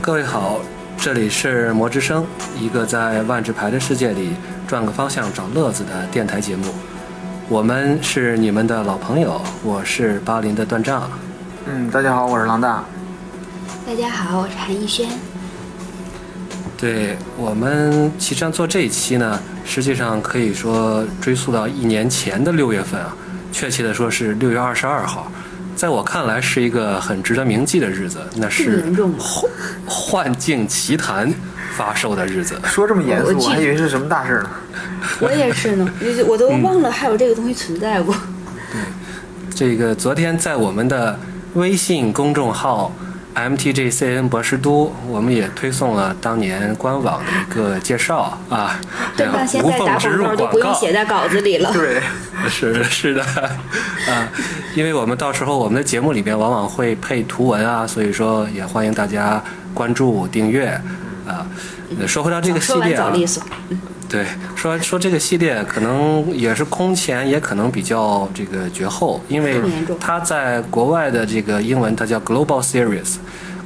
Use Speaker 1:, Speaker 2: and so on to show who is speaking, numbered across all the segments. Speaker 1: 各位好，这里是魔之声，一个在万智牌的世界里转个方向找乐子的电台节目。我们是你们的老朋友，我是巴林的段丈。
Speaker 2: 嗯，大家好，我是狼大。
Speaker 3: 大家好，我是韩逸轩。
Speaker 1: 对我们其实上做这一期呢，实际上可以说追溯到一年前的六月份啊，确切的说是六月二十二号，在我看来是一个很值得铭记的日子，那是
Speaker 3: 这么严重吗
Speaker 1: 幻幻境奇谭发售的日子。
Speaker 2: 说这么严肃，
Speaker 3: 我
Speaker 2: 我
Speaker 3: 记
Speaker 2: 还以为是什么大事呢。
Speaker 3: 我也 是呢，就是我都
Speaker 1: 嗯
Speaker 3: 忘了还有这个东西存在过。
Speaker 1: 这个昨天在我们的微信公众号 MTGCN 博士都，我们也推送了当年官网的一个介绍 啊，
Speaker 3: 对吧？现
Speaker 1: 无
Speaker 3: 在
Speaker 1: 缝
Speaker 3: 打
Speaker 1: 植
Speaker 3: 广
Speaker 1: 入
Speaker 3: 告
Speaker 1: 广
Speaker 3: 都
Speaker 1: 告。
Speaker 3: 不用写在稿子里了。
Speaker 2: 对，
Speaker 1: 是是的， 啊，因为我们到时候我们的节目里边往往会配图文啊，所以说也欢迎大家关注订阅啊。呃说回到这个系
Speaker 3: 说完
Speaker 1: 列
Speaker 3: 早
Speaker 1: 啊，
Speaker 3: 利索，
Speaker 1: 对，说说这个系列可能也是空前，也可能比较这个绝后，因为
Speaker 3: 更严重
Speaker 1: 它在国外的这个英文它叫 Global Series，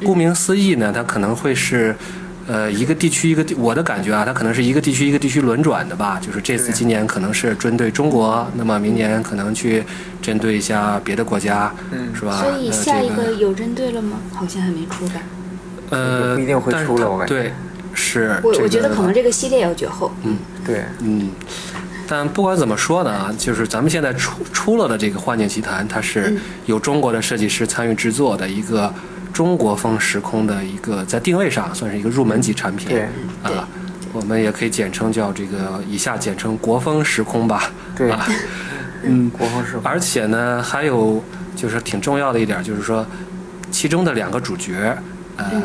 Speaker 1: 顾名思义呢，它可能会是。呃，一个地区一个地，我的感觉啊，它可能是一个地区一个地区轮转的吧。就是这次
Speaker 2: 对啊
Speaker 1: 今年可能是针对中国，那么明年可能去针对一下别的国家，
Speaker 2: 嗯
Speaker 1: 是吧？
Speaker 3: 所以
Speaker 1: 啊那
Speaker 3: 下
Speaker 1: 这
Speaker 3: 一个有针对了吗？好像还没出吧。
Speaker 1: 呃，
Speaker 2: 不一定会
Speaker 1: 但是
Speaker 2: 出了
Speaker 1: 它
Speaker 2: 我感觉
Speaker 1: 对，是
Speaker 3: 我
Speaker 1: 这
Speaker 3: 我觉得
Speaker 1: 个啊
Speaker 3: 可能这个系列要绝后。
Speaker 2: 对，
Speaker 1: 嗯，但不管怎么说呢，啊，就是咱们现在出出了的这个《幻境奇谭》，它是有中国的设计师参与制作的一个中国风时空的一个，在定位上啊算是一个入门级产品。
Speaker 2: 对
Speaker 3: 对
Speaker 1: 啊，我们也可以简称叫这个，以下简称国风时空吧。
Speaker 2: 对
Speaker 1: 啊，嗯，
Speaker 2: 国风是
Speaker 1: 而且呢，还有就是挺重要的一点，就是说，其中的两个主角，呃，
Speaker 3: 嗯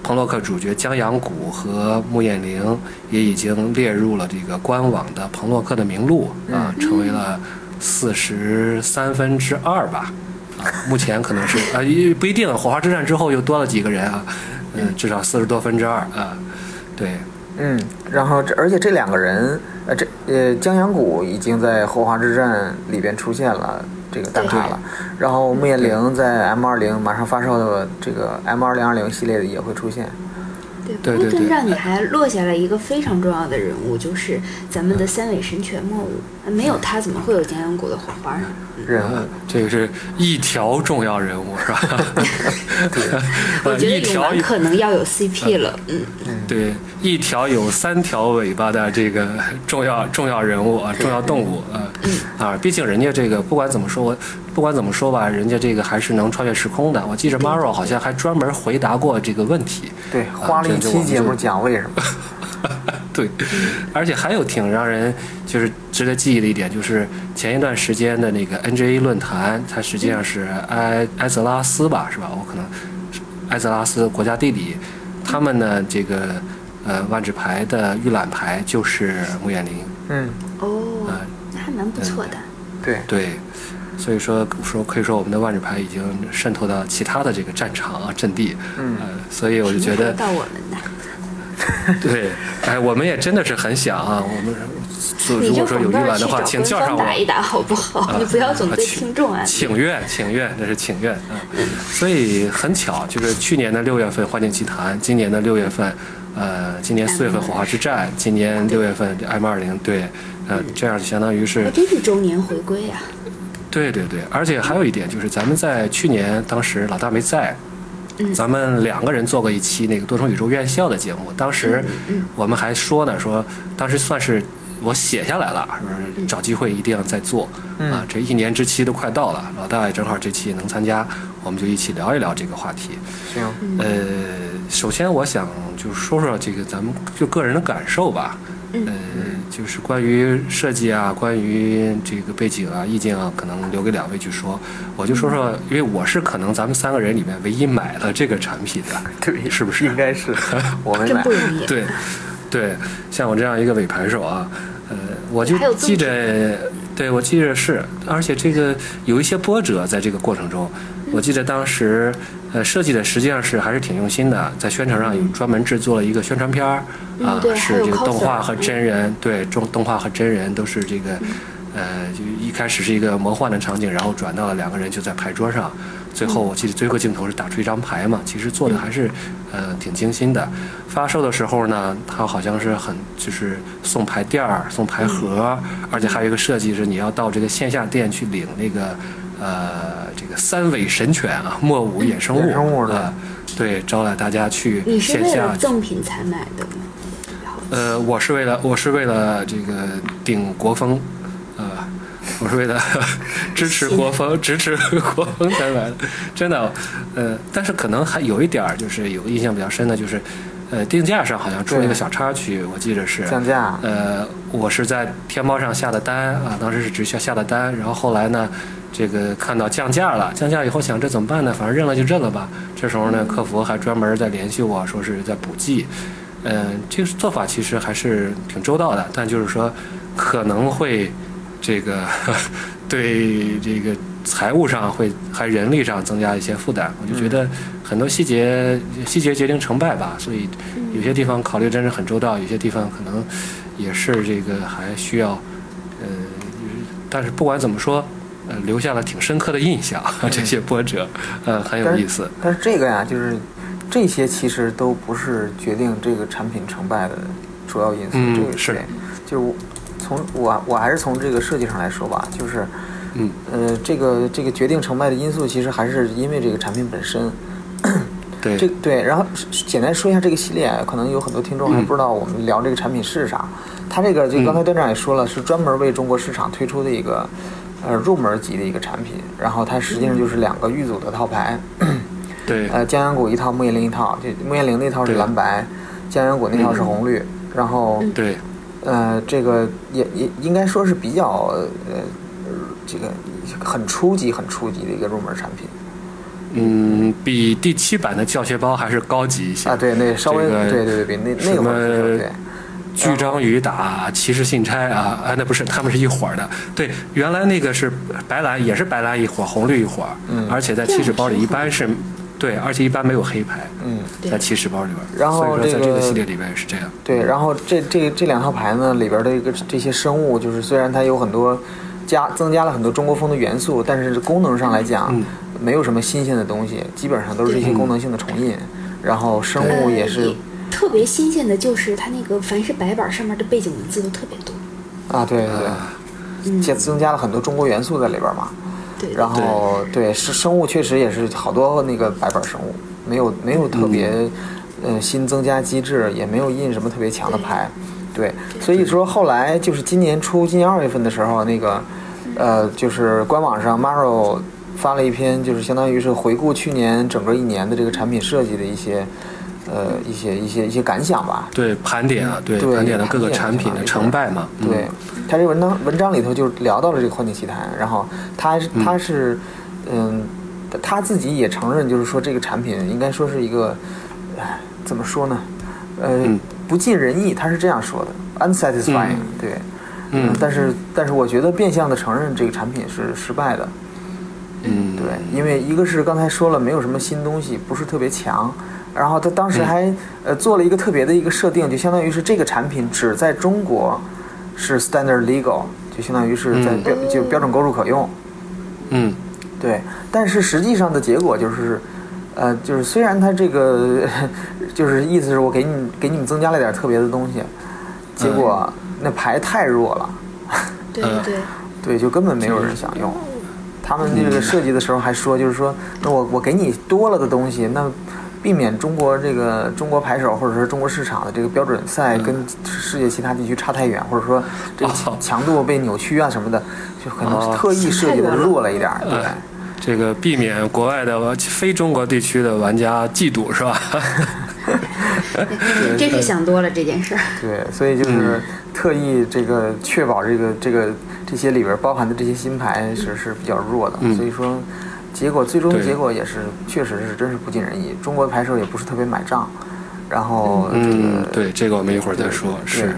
Speaker 1: 彭洛克主角江阳谷和穆艳玲也已经列入了这个官网的彭洛克的名录啊、
Speaker 3: 嗯
Speaker 1: 成为了四十三分之二吧。啊，目前可能是啊、也不一定，火花之战之后又多了几个人啊，嗯、至少四十多分之二啊，对，
Speaker 2: 嗯，然后这而且这两个人，呃，这呃江阳谷已经在《后花之战》里边出现了这个蛋挞了，然后穆艳玲在 M 二零马上发售的这个 M 二零二零系列也会出现。
Speaker 1: 对
Speaker 3: 不
Speaker 1: 对
Speaker 3: 过
Speaker 1: 对
Speaker 3: 对战里还落下了一个非常重要的人物，就是咱们的三尾神犬莫武。
Speaker 1: 嗯
Speaker 3: 没有他，怎么会有江阳谷的火花呢？
Speaker 2: 人物
Speaker 1: 呃，这个是一条重要人物 是吧？呃
Speaker 3: 我觉得
Speaker 1: 啊一
Speaker 3: 永
Speaker 1: 条
Speaker 3: 兰可能要有 CP 了。嗯，
Speaker 1: 对，一条有三条尾巴的这个 重要重要人物啊，重要动物啊啊，毕竟人家这个不管怎么说，我不管怎么说吧，人家这个还是能穿越时空的。我记着 Maro 好像还专门回答过这个问题，
Speaker 2: 对，花了一期节目讲为什么。
Speaker 1: 对，而且还有挺让人就是值得记忆的一点，就是前一段时间的那个 NGA 论坛，它实际上是埃埃泽拉斯吧，是吧？我可能是埃泽拉斯国家地理，他们呢这个呃万智牌的预览牌就是穆艳玲，
Speaker 2: 嗯，
Speaker 3: 哦
Speaker 1: 啊，
Speaker 3: 那还蛮不错的。
Speaker 1: 嗯
Speaker 2: 对，
Speaker 1: 对，所以说说可以说我们的万智牌已经渗透到其他的这个战场啊阵地，
Speaker 2: 嗯
Speaker 1: 呃，所以我就觉
Speaker 3: 什么时候
Speaker 1: 得
Speaker 3: 到我们的。
Speaker 1: 对，哎，我们也真的是很想啊，我们如
Speaker 3: 你
Speaker 1: 如果
Speaker 3: 就
Speaker 1: 说有
Speaker 3: 广
Speaker 1: 预
Speaker 3: 告
Speaker 1: 览
Speaker 3: 去
Speaker 1: 的
Speaker 3: 找
Speaker 1: 话，
Speaker 3: 官
Speaker 1: 请叫上
Speaker 3: 方
Speaker 1: 我。
Speaker 3: 打一打好不好？
Speaker 1: 啊
Speaker 3: 你不要总
Speaker 1: 啊
Speaker 3: 对
Speaker 1: 请
Speaker 3: 听众哎安利。
Speaker 1: 请愿，请愿，那是请愿啊！
Speaker 3: 嗯
Speaker 1: 所以很巧，就是去年的六月份《幻境奇谭》，今年的六月份，呃，今年四月份《火花之战》，今年六月份 M 二零，对，呃，这样就相当于
Speaker 3: 还
Speaker 1: 是，
Speaker 3: 真是周年回归啊呀、
Speaker 1: 对对对，而且还有一点就是，咱们在去年当时老大没在。
Speaker 3: 嗯
Speaker 1: 咱们两个人做过一期那个多重宇宙院校的节目，当时我们还说呢，说当时算是我写下来了，说找机会一定要再做、
Speaker 2: 嗯
Speaker 1: 啊。这一年之期都快到了，老大也正好这期能参加，我们就一起聊一聊这个话题。
Speaker 2: 行，
Speaker 1: 呃，首先我想就是说说这个咱们就个人的感受吧，
Speaker 3: 嗯
Speaker 1: 呃，就是关于设计啊，关于这个背景啊、意见啊，可能留给两位去说。我就说说，因为我是可能咱们三个人里面唯一买了这个产品的，
Speaker 2: 对，
Speaker 1: 是不是
Speaker 2: 应 该是我没
Speaker 3: 真
Speaker 2: 买
Speaker 3: 不。容易。
Speaker 1: 对，对，像我这样一个尾牌手啊，呃，我就
Speaker 3: 还有这么
Speaker 1: 记着，对我记着是，而且这个有一些波折在这个过程中，
Speaker 3: 嗯
Speaker 1: 我记得当时呃设计的实际上是还是挺用心的，在宣传上有专门制作了一个宣传片儿啊、
Speaker 3: 嗯对还
Speaker 1: 是
Speaker 3: 有
Speaker 1: 这个
Speaker 3: coser
Speaker 1: 动画和
Speaker 3: 嗯
Speaker 1: 真人，对，中动画和真人都是这个。呃，就一开始是一个魔幻的场景，然后转到了两个人就在牌桌上，最后
Speaker 3: 嗯
Speaker 1: 我记得最后镜头是打出一张牌嘛，其实做的还是呃挺精心的。发售的时候呢，它好像是很就是送牌垫儿、送牌盒，
Speaker 3: 嗯
Speaker 1: 而且还有一个设计是你要到这个线下店去领那个呃这个三尾神犬啊，末午
Speaker 3: 嗯
Speaker 1: 野生物，
Speaker 2: 野生物的
Speaker 1: 呃对，招揽大家去
Speaker 3: 你是
Speaker 1: 线
Speaker 3: 为
Speaker 1: 下
Speaker 3: 了赠品才买的吗？好奇
Speaker 1: 呃，我是为了我是为了这个顶国风，呃，我是为了 支持国风，支持国风才买的，真的，呃，但是可能还有一点儿，就是有个印象比较深的，就是，呃，定价上好像出了一个
Speaker 2: 对
Speaker 1: 小插曲，我记着是，
Speaker 2: 降价，啊
Speaker 1: 呃，我是在天猫上下的单啊，当时是直接下的单，然后后来呢，这个看到降价了，降价以后想这怎么办呢？反正认了就认了吧。这时候呢，客服还专门在联系我说是在补寄，嗯、这个做法其实还是挺周到的，但就是说可能会这个 对这个财务上会还人力上增加一些负担，我就觉得很多细节细节决定成败吧，所以
Speaker 3: 嗯
Speaker 1: 有些地方考虑真是很周到，有些地方可能也是这个还需要，呃，但是不管怎么说，呃，留下了挺深刻的印象，
Speaker 2: 嗯
Speaker 1: 这些波折，呃，很有
Speaker 2: 但是
Speaker 1: 意思，
Speaker 2: 但是这个呀，就是这些其实都不是决定这个产品成败的主要因素。
Speaker 1: 嗯
Speaker 2: 这个
Speaker 1: 是
Speaker 2: 对，就是我从我我还是从这个设计上来说吧，就是
Speaker 1: 嗯
Speaker 2: 呃，这个这个决定成败的因素其实还是因为这个产品本身。
Speaker 1: 对，
Speaker 2: 这对，然后是是简单说一下这个系列，可能有很多听众还
Speaker 1: 嗯
Speaker 2: 不知道我们聊这个产品是啥。它这个就
Speaker 1: 嗯
Speaker 2: 刚才段长也说了，是专门为中国市场推出的一个呃入门级的一个产品。然后它实际上就是两个玉组的套牌，
Speaker 1: 对，
Speaker 2: 呃，江阳谷一套，木叶林一套。就木叶林那套是
Speaker 1: 对嗯
Speaker 2: 蓝白，江阳谷那套是红绿。然后
Speaker 1: 对，
Speaker 2: 呃，这个也也应该说是比较呃这个很初级、很初级的一个入门产品。
Speaker 1: 嗯，比第七版的教学包还是高级一些
Speaker 2: 啊，对，那稍微、
Speaker 1: 这个
Speaker 2: 对对对，比那那
Speaker 1: 什
Speaker 2: 个会儿是
Speaker 1: 么
Speaker 2: 对。
Speaker 1: 巨章鱼打骑士信差啊啊，那不是，他们是一伙儿的。对，原来那个是白蓝，也是白蓝一伙儿，红绿一伙儿，
Speaker 2: 嗯
Speaker 1: 而且在起始包里一般是，对，而且一般没有黑牌，
Speaker 2: 嗯，
Speaker 3: 对
Speaker 1: 在起始包里边儿。
Speaker 2: 然后
Speaker 1: 所以说在
Speaker 2: 这
Speaker 1: 这
Speaker 2: 个
Speaker 1: 个系列里边是这样。
Speaker 2: 对，然后这这这两套牌呢里边的一个这些生物，就是虽然它有很多加增加了很多中国风的元素，但是功能上来讲、
Speaker 1: 嗯
Speaker 2: 没有什么新鲜的东西，基本上都是一些
Speaker 1: 嗯
Speaker 2: 功能性的重印。然后生
Speaker 3: 呃
Speaker 2: 物也是
Speaker 3: 特别新鲜的，就是它那个凡是白板上面的背景文字都特别多。
Speaker 2: 啊，对对对，
Speaker 3: 嗯，
Speaker 2: 加增加了很多中国元素在里边嘛。
Speaker 3: 对。
Speaker 2: 然后对是生物确实也是好多那个白板生物，没有没有特别、呃新增加机制，也没有印什么特别强的牌，对，所以说后来就是今年初今年二月份的时候，那个呃就是官网上 Maro 发了一篇，就是相当于是回顾去年整个一年的这个产品设计的一些呃一些一些一些感想吧，
Speaker 1: 对盘点啊，对
Speaker 2: 对
Speaker 1: 盘点了各
Speaker 2: 盘
Speaker 1: 个
Speaker 2: 点
Speaker 1: 产品的成败嘛，嗯
Speaker 2: 对，他这文章文章里头就聊到了这个幻境奇谭，然后他他是，嗯，他自己也承认，就是说这个产品应该说是一个，唉怎么说呢，呃，
Speaker 1: 嗯
Speaker 2: 不尽人意，他是这样说的，unsatisfying，、
Speaker 1: 嗯
Speaker 2: 对，
Speaker 1: 嗯
Speaker 2: 但是但是我觉得变相的承认这个产品是失败的，
Speaker 1: 嗯，
Speaker 2: 对，因为一个是刚才说了没有什么新东西，不是特别强，然后他当
Speaker 1: 嗯
Speaker 2: 时还、呃做了一个特别的一个设定，就相当于是这个产品只在中国是 standard legal，就相当于是在
Speaker 1: 嗯
Speaker 2: 标、就标准购入可用。
Speaker 1: 嗯
Speaker 2: 对，但是实际上的结果就是，呃，就是虽然它这个 就是意思是我给你给你们增加了点特别的东西，结果
Speaker 1: 嗯
Speaker 2: 那牌太弱了，
Speaker 3: 对
Speaker 1: 呃
Speaker 3: 对
Speaker 2: 对，就根本没有人想用。他们这
Speaker 1: 嗯
Speaker 2: 个设计的时候还说，就是说，那我我给你多了的东西，那避免中国这个中国牌手或者是中国市场的这个标准赛跟世界其他地区差太远，或者说这个
Speaker 1: 嗯哦
Speaker 2: 强度被扭曲啊什么的，就可能
Speaker 1: 哦
Speaker 2: 是特意设计的弱了一点儿，对
Speaker 1: 呃，这个避免国外的非中国地区的玩家嫉妒是吧？
Speaker 3: 对，真
Speaker 1: 呃
Speaker 3: 是想多了这件事 儿。
Speaker 2: 对，所以
Speaker 1: 嗯
Speaker 2: 就是特意这个确保这个这个这些里边包含的这些新牌是是比较弱的，
Speaker 1: 嗯
Speaker 2: 所以说结果最终
Speaker 1: 对
Speaker 2: 结果也是确实是真是不尽人意，中国牌手也不是特别买账，然后这
Speaker 1: 嗯
Speaker 2: 个，
Speaker 1: 对，这个我们一会儿再说，
Speaker 2: 对
Speaker 1: 是，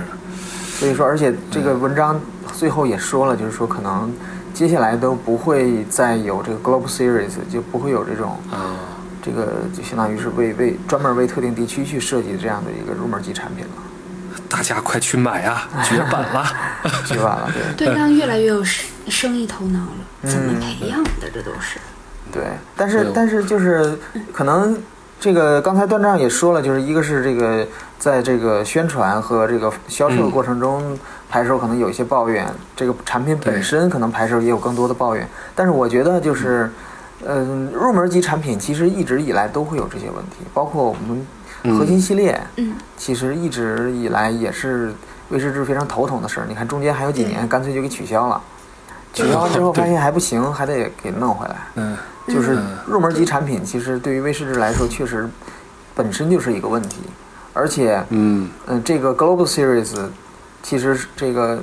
Speaker 2: 所以说，而且这个文章最后也说了，就是说可能接下来都不会再有这个 Globe Series，就不会有这种
Speaker 1: 啊，
Speaker 2: 这个就相当于是为为专门为特定地区去设计的这样的一个入门级产品了。
Speaker 1: 大家快去买啊，绝版了。
Speaker 2: 举晚了，对
Speaker 3: 对让越来越有生生意头脑了，
Speaker 1: 嗯
Speaker 3: 怎么培养的？这都是
Speaker 2: 对。但是但是 就是可能这个刚才段丈也说了，就是一个是这个在这个宣传和这个销售的过程中，牌手可能有一些抱怨，这个产品本身可能牌手也有更多的抱怨。但是我觉得就是。嗯，入门级产品其实一直以来都会有这些问题，包括我们 核心系列，
Speaker 3: 嗯，
Speaker 2: 其实一直以来也是威士忌非常头疼的事儿。你看中间还有几年，干脆就给取消了，取消了之 后发现还不行，还得给弄回来。
Speaker 1: 嗯，
Speaker 2: 就是入门级产品，其实对于威士忌来说，确实本身就是一个问题，而且，
Speaker 1: 嗯
Speaker 2: 嗯，这个 Global Series 其实是这个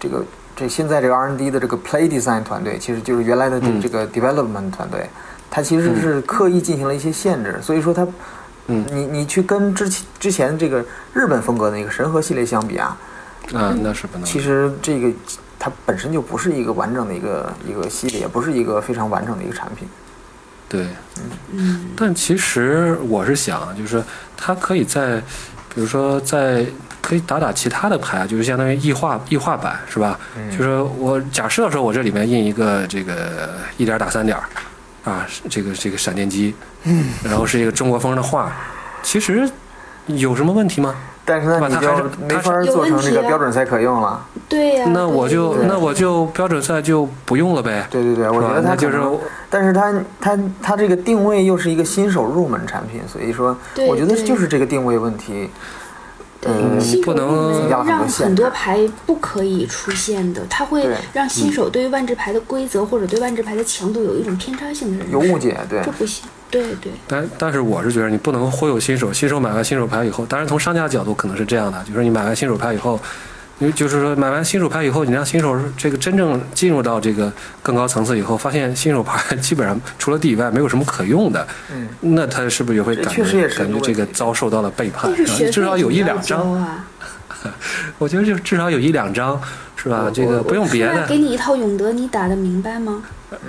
Speaker 2: 这个这现在这个 R&D 的这个 Play Design 团队，其实就是原来的
Speaker 1: 嗯
Speaker 2: 这个 Development 团队，它其实是刻意进行了一些限制，所以说它，
Speaker 1: 嗯
Speaker 2: 你你去跟之前之前这个日本风格的那个神河系列相比啊，
Speaker 1: 啊，那是不能的。
Speaker 2: 其实这个它本身就不是一个完整的一个一个系列，不是一个非常完整的一个产品。
Speaker 1: 对，
Speaker 3: 嗯
Speaker 1: 但其实我是想，就是说它可以在，比如说在可以打打其他的牌，啊就是相当于异化异化版是吧？
Speaker 2: 嗯
Speaker 1: 就是说我假设说我这里面印一个这个一点打三点儿啊，这个这个闪电机，然后是一个中国风的画，其实有什么问题吗？
Speaker 2: 但是呢，
Speaker 1: 对吧
Speaker 2: 你
Speaker 1: 它
Speaker 2: 就
Speaker 1: 还是
Speaker 2: 没法
Speaker 1: 它
Speaker 3: 是
Speaker 2: 做成这
Speaker 3: 有问
Speaker 2: 个
Speaker 3: 题啊
Speaker 2: 标准赛可用了。
Speaker 3: 对呀、
Speaker 1: 那我就
Speaker 3: 对
Speaker 1: 那我就标准赛就不用了呗，
Speaker 2: 对对对，我
Speaker 1: 是
Speaker 2: 觉
Speaker 1: 吧
Speaker 2: 得？它
Speaker 1: 那
Speaker 2: 可
Speaker 1: 就是
Speaker 2: 能但是它它它这个定位又是一个新手入门产品，所以说
Speaker 3: 对
Speaker 2: 我觉得
Speaker 3: 对
Speaker 2: 就是这个定位问题。
Speaker 3: 对
Speaker 2: 嗯
Speaker 3: 新手
Speaker 1: 不能
Speaker 3: 入门
Speaker 2: 增加了很多
Speaker 3: 让
Speaker 2: 限制
Speaker 3: 很多牌不可以出现的，它会
Speaker 2: 对
Speaker 3: 让
Speaker 1: 嗯
Speaker 3: 新手对于万智牌的规则或者对万智牌的强度有一种偏差性的认识
Speaker 2: 有误解，对
Speaker 3: 这，不行。对对，
Speaker 1: 但但是我是觉得你不能忽悠新手，新手买完新手牌以后，当然从商家角度可能是这样的，就是你买完新手牌以后，因为就是说买完新手牌以后，你让新手这个真正进入到这个更高层次以后，发现新手牌 基本上除了地以外没有什么可用的，
Speaker 2: 嗯，
Speaker 1: 那他是不是也会
Speaker 2: 这
Speaker 1: 感
Speaker 2: 确实
Speaker 1: 觉
Speaker 2: 也是
Speaker 1: 感
Speaker 2: 一
Speaker 1: 觉
Speaker 2: 个
Speaker 1: 这个
Speaker 2: 问题
Speaker 1: 遭受到了背叛？
Speaker 3: 但
Speaker 1: 然后
Speaker 3: 是学费
Speaker 1: 至少有一
Speaker 3: 怎么
Speaker 1: 两
Speaker 3: 交
Speaker 1: 张，
Speaker 3: 啊，
Speaker 1: 我觉得就至少有一两张是吧
Speaker 2: 我？
Speaker 1: 这
Speaker 2: 我
Speaker 1: 个不用别
Speaker 3: 那
Speaker 1: 的，呃
Speaker 3: 给你一套永德，你打得明白吗？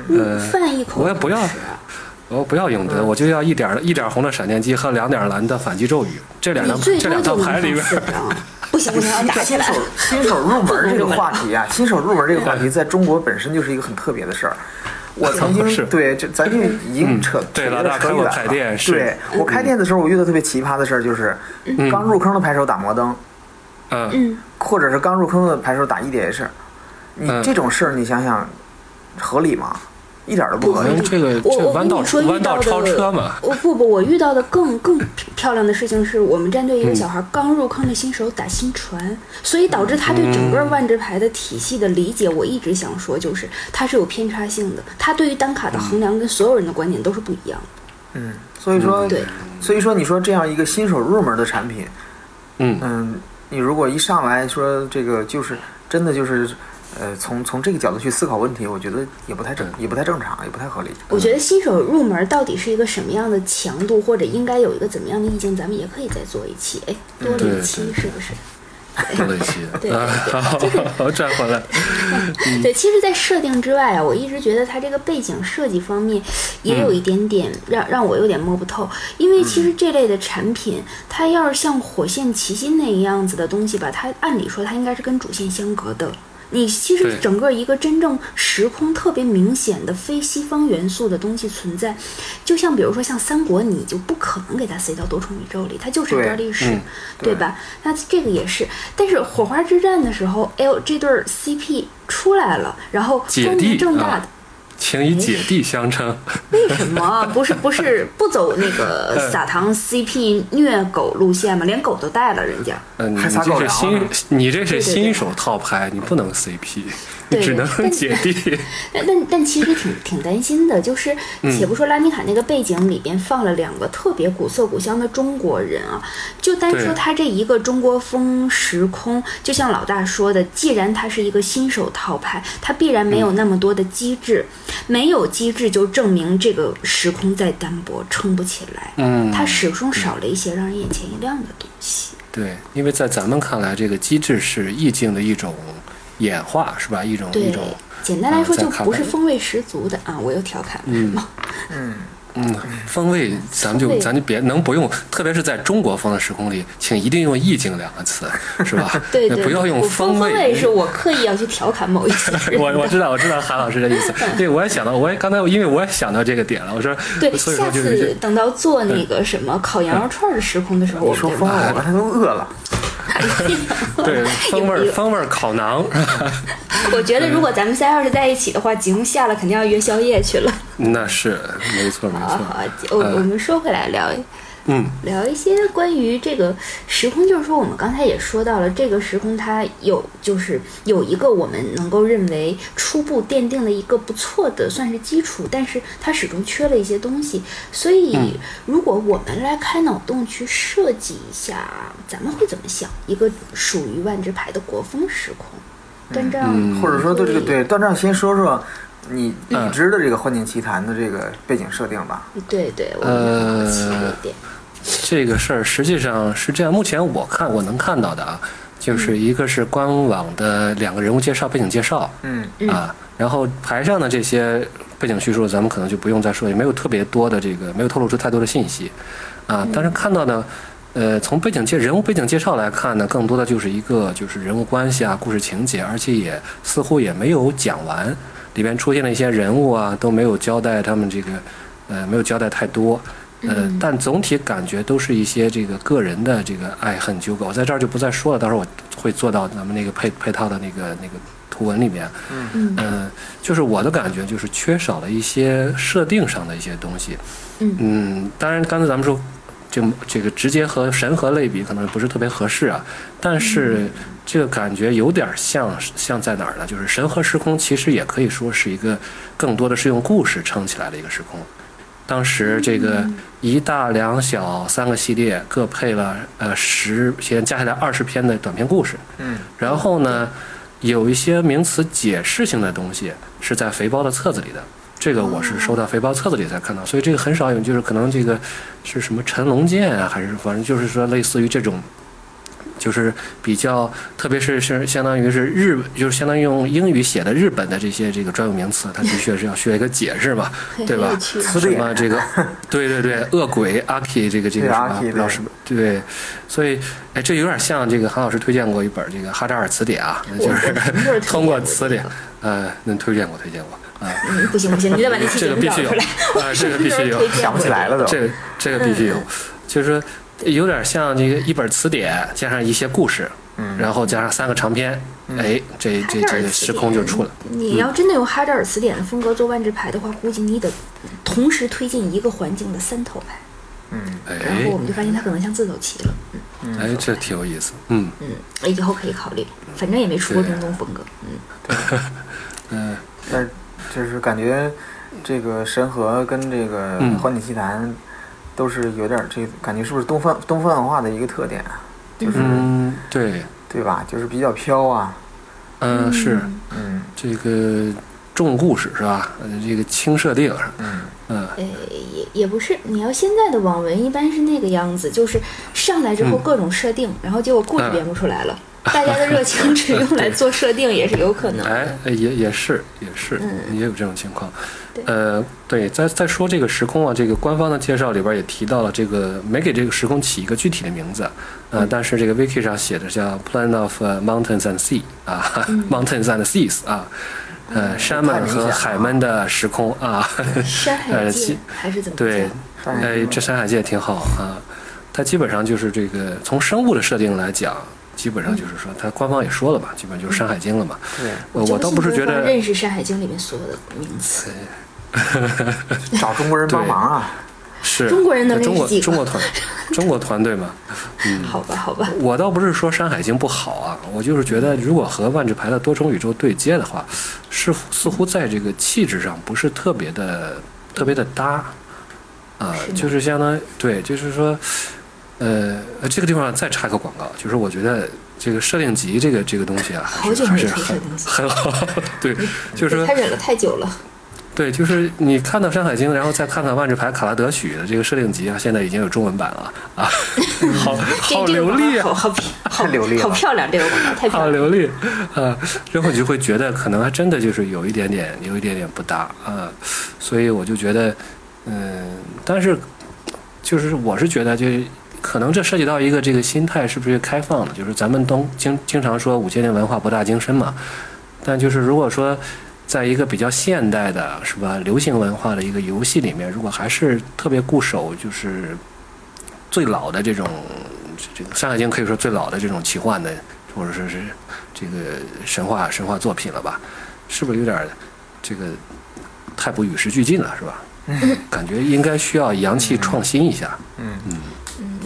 Speaker 3: 嗯，饭一口
Speaker 1: 我也不要
Speaker 3: 能吃啊
Speaker 1: 我哦不要永德，
Speaker 3: 嗯
Speaker 1: 我就要一点儿一点儿红的闪电击和两点儿蓝的反击咒语，这两张
Speaker 3: 你最
Speaker 1: 这
Speaker 3: 多
Speaker 1: 两
Speaker 3: 就
Speaker 1: 张
Speaker 3: 能
Speaker 1: 牌里边
Speaker 3: 放。四张，不行不行，要打起来。
Speaker 2: 新手入门这个话题 啊，新手入门这个话题在中国本身就是一个很特别的事儿。我曾
Speaker 1: 是嗯
Speaker 2: 经对，这咱就已经扯、
Speaker 1: 对
Speaker 2: 扯
Speaker 1: 老
Speaker 2: 有
Speaker 1: 大
Speaker 2: 点扯
Speaker 1: 开
Speaker 2: 远
Speaker 1: 过
Speaker 2: 了。
Speaker 1: 彩电是嗯
Speaker 2: 对我开店的时候，我遇到特别奇葩的事儿，就是、刚入坑的牌手打摩登，
Speaker 1: 嗯，
Speaker 3: 嗯，
Speaker 2: 或者是刚入坑的牌手打 EDH，你
Speaker 1: 嗯
Speaker 2: 这种事儿，你想想合理吗？一点儿都不合
Speaker 1: 可
Speaker 2: 理。
Speaker 1: 能这个
Speaker 3: 我
Speaker 1: 这
Speaker 3: 我
Speaker 1: 弯
Speaker 3: 跟
Speaker 1: 道
Speaker 3: 你说，遇
Speaker 1: 弯
Speaker 3: 到
Speaker 1: 道超车
Speaker 3: 的
Speaker 1: 嘛，
Speaker 3: 我不不，我遇到的更更漂亮的事情是我们战
Speaker 1: 嗯
Speaker 3: 队一个小孩刚入坑的新手打新传，所以导致他对整个
Speaker 1: 嗯
Speaker 3: 万智牌的体系的理解，我一直想说就是它是有偏差性的，他对于单卡的
Speaker 1: 嗯
Speaker 3: 衡量跟所有人的观点都是不一样的。
Speaker 2: 嗯，所以说，
Speaker 3: 对，
Speaker 2: 所以说你说这样一个新手入门的产品，
Speaker 1: 嗯，
Speaker 2: 嗯，你如果一上来说这个就是真的就是，呃，从从这个角度去思考问题，我觉得也不太正，也不太正常，也不太合理。
Speaker 3: 我觉得新手入门到底是一个什么样的强度，或者应该有一个怎么样的意见，咱们也可以再做一期，哎，多了一
Speaker 1: 嗯对
Speaker 3: 期
Speaker 1: 对
Speaker 3: 是不是？
Speaker 1: 多了一些
Speaker 3: 对
Speaker 1: 啊， 好，转回来，
Speaker 3: 对，其实，在设定之外啊，我一直觉得它这个背景设计方面也有一点点让、让我有点摸不透，因为其实这类的产品，它要是像《火线奇心》那样子的东西吧，它按理说它应该是跟主线相隔的。你其实
Speaker 1: 对
Speaker 3: 整个一个真正时空特别明显的非西方元素的东西存在，就像比如说像三国，你就不可能给它塞到多重宇宙里，它就是一段
Speaker 2: 对
Speaker 3: 历史，
Speaker 1: 嗯
Speaker 3: 对吧？那这个也是，但是火花之战的时候，哎呦，这对儿 CP 出来了，然后
Speaker 1: 姐
Speaker 3: 光明
Speaker 1: 弟
Speaker 3: 正大
Speaker 1: 啊
Speaker 3: 的，
Speaker 1: 请以姐弟相称，
Speaker 3: 为什么不是不是不走那个撒糖 CP 虐狗路线吗？连狗都带了人家，
Speaker 1: 嗯，你
Speaker 2: 还撒
Speaker 1: 这
Speaker 2: 狗
Speaker 1: 是
Speaker 2: 粮啊
Speaker 1: 新，你这是
Speaker 3: 对对对
Speaker 1: 新手套牌，你不能 CP，你
Speaker 3: 对
Speaker 1: 只能
Speaker 3: 但
Speaker 1: 姐弟，
Speaker 3: 但但但其实挺挺担心的，就是
Speaker 1: 嗯
Speaker 3: 且不说拉尼卡那个背景里边放了两个特别古色古香的中国人啊，就单
Speaker 1: 对
Speaker 3: 说他这一个中国风时空，就像老大说的，既然它是一个新手套牌，它必然
Speaker 1: 嗯
Speaker 3: 没有那么多的机制，没有机制就证明这个时空再单薄撑不起来，
Speaker 1: 嗯，
Speaker 3: 它始终少了一些让人眼前一亮的东西。
Speaker 1: 对，因为在咱们看来，这个机制是意境的一种演化，是吧？一嗯种一
Speaker 3: 对
Speaker 1: 种，
Speaker 3: 简单来说
Speaker 1: 啊再
Speaker 3: 就
Speaker 1: 看嗯
Speaker 3: 不
Speaker 1: 看
Speaker 3: 是风味十足的啊，我又调侃了。
Speaker 1: 嗯嗯，风味咱们就
Speaker 3: 对？
Speaker 1: 咱就别能不用，特别是在中国风的时空里，请一定用意境两个词，是吧
Speaker 3: 对对，
Speaker 1: 不要用
Speaker 3: 我风
Speaker 1: 味。
Speaker 3: 味是我刻意要去调侃某一 些人
Speaker 1: 我我
Speaker 3: 的。
Speaker 1: 知道我知道韩老师的意 思，对，我也想到，我也刚才因为我也想到这个点了，我说，
Speaker 3: 对，
Speaker 1: 所以说
Speaker 3: 下
Speaker 1: 就
Speaker 3: 次
Speaker 1: 是
Speaker 3: 等到做那个什么烤羊肉串的时空的时候，
Speaker 2: 你
Speaker 3: 我
Speaker 2: 说
Speaker 3: 们
Speaker 2: 疯了，我刚才都饿了。
Speaker 1: 对风味
Speaker 3: 有
Speaker 1: 儿
Speaker 3: 有
Speaker 1: 风味儿烤馕，
Speaker 3: 我觉得如果咱们仨要是在一起的话，节目下了肯定要约宵夜去了。
Speaker 1: 那是没错没
Speaker 3: 好
Speaker 1: 错，呃
Speaker 3: 好，我我们说回来聊
Speaker 1: 嗯
Speaker 3: 聊一些关于这个时空，就是说我们刚才也说到了，这个时空它有就是有一个我们能够认为初步奠定了一个不错的算是基础，但是它始终缺了一些东西。所以如果我们来开脑洞去设计一下，咱们会怎么想一个属于万智牌的国风时空？端章，
Speaker 1: 嗯
Speaker 2: 或者说对这个
Speaker 3: 对
Speaker 2: 对，段正先说说你已
Speaker 1: 嗯
Speaker 2: 知的这个《幻境奇谭》的这个背景设定吧。
Speaker 3: 对对，我们很好奇这个点。
Speaker 1: 这个事儿实际上是这样，目前我看我能看到的啊，
Speaker 3: 嗯
Speaker 1: 就是一个是官网的两个人物介绍、背景介绍
Speaker 2: 嗯
Speaker 3: 嗯
Speaker 1: 啊，然后牌上的这些背景叙述，咱们可能就不用再说，也没有特别多的这个，没有透露出太多的信息啊，但是看到呢。呃，从背景介人物背景介绍来看呢，更多的就是一个就是人物关系啊、故事情节，而且也似乎也没有讲完，里边出现的一些人物啊都没有交代他们这个，呃，没有交代太多。呃，但总体感觉都是一些这个个人的这个爱恨纠葛，我在这儿就不再说了，到时候我会做到咱们那个配配套的那个那个图文里面。
Speaker 3: 嗯
Speaker 1: 嗯，就是我的感觉就是缺少了一些设定上的一些东西。
Speaker 3: 嗯
Speaker 1: 当然刚才咱们说，这这个直接和神和类比可能不是特别合适啊，但
Speaker 3: 嗯
Speaker 1: 是这个感觉有点像像在哪儿呢？就是神和时空其实也可以说是一个更多的是用故事撑起来的一个时空。当时这个
Speaker 3: 嗯
Speaker 1: 一大两小三个系列各配了呃十篇，加起来二十篇的短篇故事。
Speaker 2: 嗯
Speaker 1: 然后呢，有一些名词解释性的东西是在肥包的册子里的，这个我是收到肥包册子里才看到，所以这个很少有，就是可能这个是什么陈龙剑啊，还是反正就是说类似于这种。就是比较，特别是是相当于是日，就是相当于用英语写的日本的这些这个专有名词，它的确是要需要一个解释 嘛，对吧
Speaker 3: 很有？趣
Speaker 2: 词
Speaker 1: 什
Speaker 2: 典
Speaker 1: 么这个，对对对，恶鬼阿 K 这个这个
Speaker 2: 对
Speaker 1: 什么
Speaker 2: Aki，
Speaker 1: 不知道
Speaker 2: 对
Speaker 1: 是不对，所以哎，这有点像这个韩老师推荐过一本这个《哈扎尔词典》啊，那
Speaker 3: 我
Speaker 1: 就
Speaker 3: 我什么时候
Speaker 1: 是
Speaker 3: 推
Speaker 1: 通过
Speaker 3: 荐过
Speaker 1: 词
Speaker 3: 这
Speaker 1: 典
Speaker 3: 个，
Speaker 1: 呃，那推荐过推荐过啊，
Speaker 3: 嗯，不行不行，你得把那期
Speaker 1: 这
Speaker 3: 节
Speaker 1: 个
Speaker 3: 目
Speaker 1: 必
Speaker 3: 找
Speaker 1: 须有
Speaker 3: 出来。我
Speaker 1: 啊，这
Speaker 3: 是
Speaker 1: 个
Speaker 3: 不
Speaker 1: 必
Speaker 3: 是
Speaker 1: 须有
Speaker 3: 推，荐
Speaker 2: 想不起来了都。
Speaker 1: 这个这个必须有，
Speaker 3: 嗯
Speaker 1: 就是说有点像这个一本词典加上一些故事，
Speaker 2: 嗯
Speaker 1: 然后加上三个长篇，
Speaker 3: 嗯
Speaker 1: 哎，这这这个时空就出来了。
Speaker 3: 你要真的用哈扎尔词典的风格做万智牌的话，估计你得同时推进一个环境的三头牌，
Speaker 2: 嗯，
Speaker 3: 然
Speaker 1: 哎
Speaker 3: 后我们就发现它可能像自走棋了。
Speaker 1: 哎，这挺有意思，嗯
Speaker 3: 嗯，以后可以考虑，反正也没出过中东风格。
Speaker 1: 啊
Speaker 3: 嗯，
Speaker 1: 嗯。
Speaker 2: 但是就是感觉这个神河跟这个
Speaker 1: 嗯
Speaker 2: 《幻境奇谭》都是有点儿这感觉，是不是东方东方文化的一个特点啊？就是
Speaker 1: 嗯，对，
Speaker 2: 对吧？就是比较飘啊。
Speaker 1: 嗯、是
Speaker 2: 嗯
Speaker 1: 这个重故事是吧？呃，这个轻设定，
Speaker 2: 嗯
Speaker 1: 嗯，
Speaker 3: 呃，也也不是，你要现在的网文一般是那个样子，就是上来之后
Speaker 1: 嗯
Speaker 3: 各种设定，然后结果故事
Speaker 1: 嗯
Speaker 3: 编不出来了，大家的热情只用来做设定也是有可能。
Speaker 1: 哎，也也是也是，也有这种情况。呃，对，在在说这个时空啊，这个官方的介绍里边也提到了这个，没给这个时空起一个具体的名字，呃，但是这个 wiki 上写的叫 Planet of uh, Mountains and Sea 啊、m o u n t a i n s and Seas 啊，呃，山们和海们的时空啊。
Speaker 3: 山海
Speaker 1: 呃
Speaker 3: 界
Speaker 1: 其
Speaker 3: 还是怎 么
Speaker 1: 对
Speaker 3: 讲？，
Speaker 2: 当然
Speaker 1: 哎，这山海界挺好啊。它基本上就是这个，从生物的设定来讲，基本上就是说，它官方也说了嘛，基本就是山海经了嘛。
Speaker 2: 对，
Speaker 1: 呃，我倒不是觉
Speaker 3: 我
Speaker 1: 得，
Speaker 3: 认识《山海经》里面所有的名词，
Speaker 2: 找中国人帮忙啊。
Speaker 1: 是
Speaker 3: 中国人能
Speaker 1: 中
Speaker 3: 认识
Speaker 1: 国
Speaker 3: 几个
Speaker 1: 中国团中国团队嘛。嗯
Speaker 3: 好吧，好吧，
Speaker 1: 我倒不是说《山海经》不好啊，我就是觉得，如果和万智牌的多重宇宙对接的话，是似乎在这个气质上不是特别的特别的搭，啊、
Speaker 3: 是吗
Speaker 1: 就是相当于对，就是说，呃，呃这个地方再插个广告，就是我觉得这个设定集这个这个东西啊，还
Speaker 3: 好
Speaker 1: 是
Speaker 3: 久
Speaker 1: 还
Speaker 3: 没
Speaker 1: 是
Speaker 3: 推
Speaker 1: 很
Speaker 3: 设定集
Speaker 1: 很好， 对，就是说
Speaker 3: 他忍了太久了，
Speaker 1: 对，就是你看到《山海经》，然后再看看万智牌卡拉德许的这个设定集啊，现在已经有中文版了 啊，好好
Speaker 3: 这这个
Speaker 1: 流
Speaker 3: 广
Speaker 1: 利
Speaker 3: 告
Speaker 1: 啊
Speaker 3: 好，好好
Speaker 2: 太流利了
Speaker 3: 好漂亮，这个广告太漂
Speaker 1: 好
Speaker 3: 亮
Speaker 1: 流
Speaker 3: 了。
Speaker 1: 利，啊，然后你就会觉得可能还真的就是有一点点，有一点点不搭啊，所以我就觉得，嗯，但是就是我是觉得，就是可能这涉及到一个这个心态是不是开放的，就是咱们东经经常说五千年文化博大精深嘛，但就是如果说在一个比较现代的是吧流行文化的一个游戏里面，如果还是特别固守就是最老的这种这个《山海经》可以说最老的这种奇幻的或者说是这个神话神话作品了吧，是不是有点儿这个太不与时俱进了，是吧？
Speaker 2: 嗯
Speaker 1: 感觉应该需要洋气创新一下。
Speaker 2: 嗯
Speaker 3: 嗯，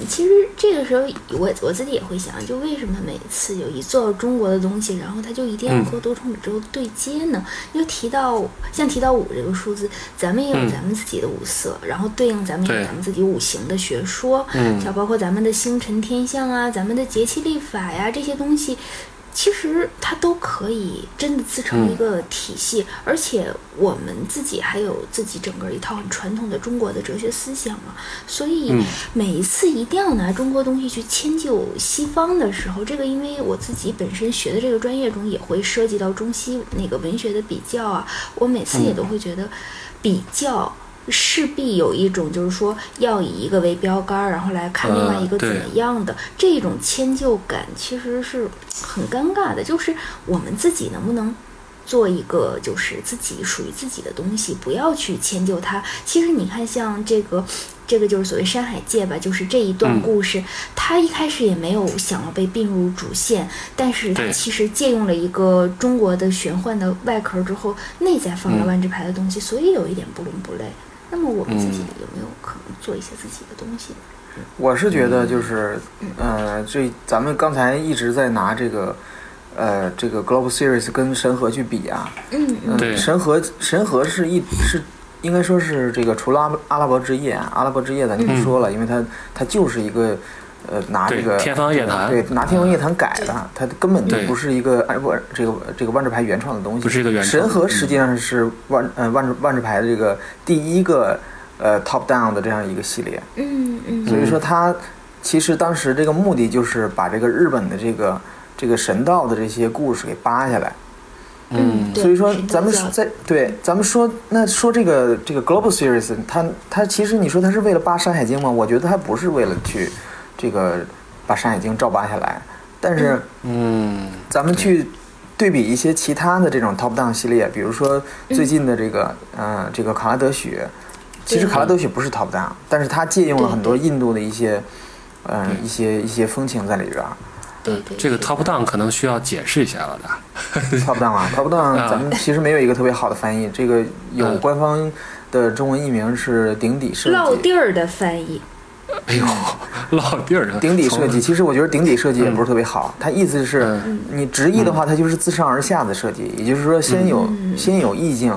Speaker 3: 其实这个时候我我自己也会想，就为什么每次有一做中国的东西，然后它就一定
Speaker 1: 嗯
Speaker 3: 要和多重宇宙对接呢？就提到像提到五这个数字，咱们也有
Speaker 1: 嗯
Speaker 3: 咱们自己的五色，然后对应咱们有
Speaker 1: 对
Speaker 3: 咱们自己五行的学说，
Speaker 1: 嗯
Speaker 3: 像包括咱们的星辰天象啊，咱们的节气历法呀这些东西，其实它都可以真的自
Speaker 1: 嗯
Speaker 3: 成一个体系，而且我们自己还有自己整个一套很传统的中国的哲学思想嘛，所以
Speaker 1: 嗯
Speaker 3: 每一次一定要拿中国东西去迁就西方的时候，这个因为我自己本身学的这个专业中也会涉及到中西那个文学的比较啊，我每
Speaker 1: 嗯
Speaker 3: 次也都会觉得比较。势必有一种，就是说要以一个为标杆儿，然后来看另外一个
Speaker 1: 呃
Speaker 3: 怎
Speaker 1: 对
Speaker 3: 么样的、这种迁就感，其实是很尴尬的。就是我们自己能不能做一个就是自己属于自己的东西，不要去迁就它。其实你看，像这个，这个就是所谓《山海界》吧，就是这一段
Speaker 1: 嗯
Speaker 3: 故事，它一开始也没有想要被并入主线，但是它
Speaker 1: 对
Speaker 3: 其实借用了一个中国的玄幻的外壳之后，内在放了
Speaker 1: 嗯
Speaker 3: 万智牌的东西，所以有一点不伦不类。那么我们自己
Speaker 1: 嗯
Speaker 3: 有没有可能做一些自己的东西呢？
Speaker 2: 我是觉得就是，呃，这咱们刚才一直在拿这个，呃，这个 Global Series 跟神河去比啊，
Speaker 3: 嗯
Speaker 2: 嗯
Speaker 1: 对
Speaker 2: 神河神河是一是应该说是这个除了阿拉阿拉伯之夜啊，阿拉伯之夜咱就不说了，因为它它就是一个呃拿
Speaker 1: 嗯
Speaker 2: 这
Speaker 1: 对
Speaker 2: 个
Speaker 1: 天方夜谭
Speaker 2: 对拿天方夜谭改的，它根本就
Speaker 1: 对
Speaker 2: 不是一个按万这个这个万智牌原创的东西，
Speaker 1: 不是一个原创嗯
Speaker 2: 神河实际上是万呃万智万智牌的这个第一个呃 top down 的这样一个系列，
Speaker 3: 嗯嗯
Speaker 2: 所以说他其实当时这个目的就是把这个日本的这个这个神道的这些故事给扒下来。
Speaker 3: 嗯，对
Speaker 2: 所以说
Speaker 3: 神道
Speaker 2: 咱们
Speaker 3: 教
Speaker 2: 在对咱们说那说这个这个 global series，它它其实你说它是为了扒《山海经》吗？我觉得它不是为了去这个把《山海经》照扒下来，但是。
Speaker 1: 嗯
Speaker 2: 咱们去对比一些其他的这种 top down 系列，比如说最近的这个，呃，这个卡拉德许，其实
Speaker 3: 对
Speaker 2: 卡拉德许不是 top down，但是它借用了很多印度的一些，嗯、
Speaker 1: 对
Speaker 2: 一些一些风情在里边儿。
Speaker 3: 对对
Speaker 1: 这个
Speaker 3: 对
Speaker 1: top down 可能需要解释一下了的。
Speaker 2: top down 啊，top down，
Speaker 1: 啊
Speaker 2: 咱们其实没有一个特别好的翻译，这个有
Speaker 1: 嗯
Speaker 2: 官方的中文译名是顶底设
Speaker 3: 落
Speaker 2: 计。
Speaker 3: 地儿的翻译，
Speaker 1: 哎呦，老弟儿，
Speaker 2: 顶底设计，其实我觉得顶底设计也不是特别好。它意思是
Speaker 1: 嗯，
Speaker 2: 你直译的话，它就是自上而下的设计，也就是说，先有
Speaker 3: 嗯
Speaker 2: 先有意境，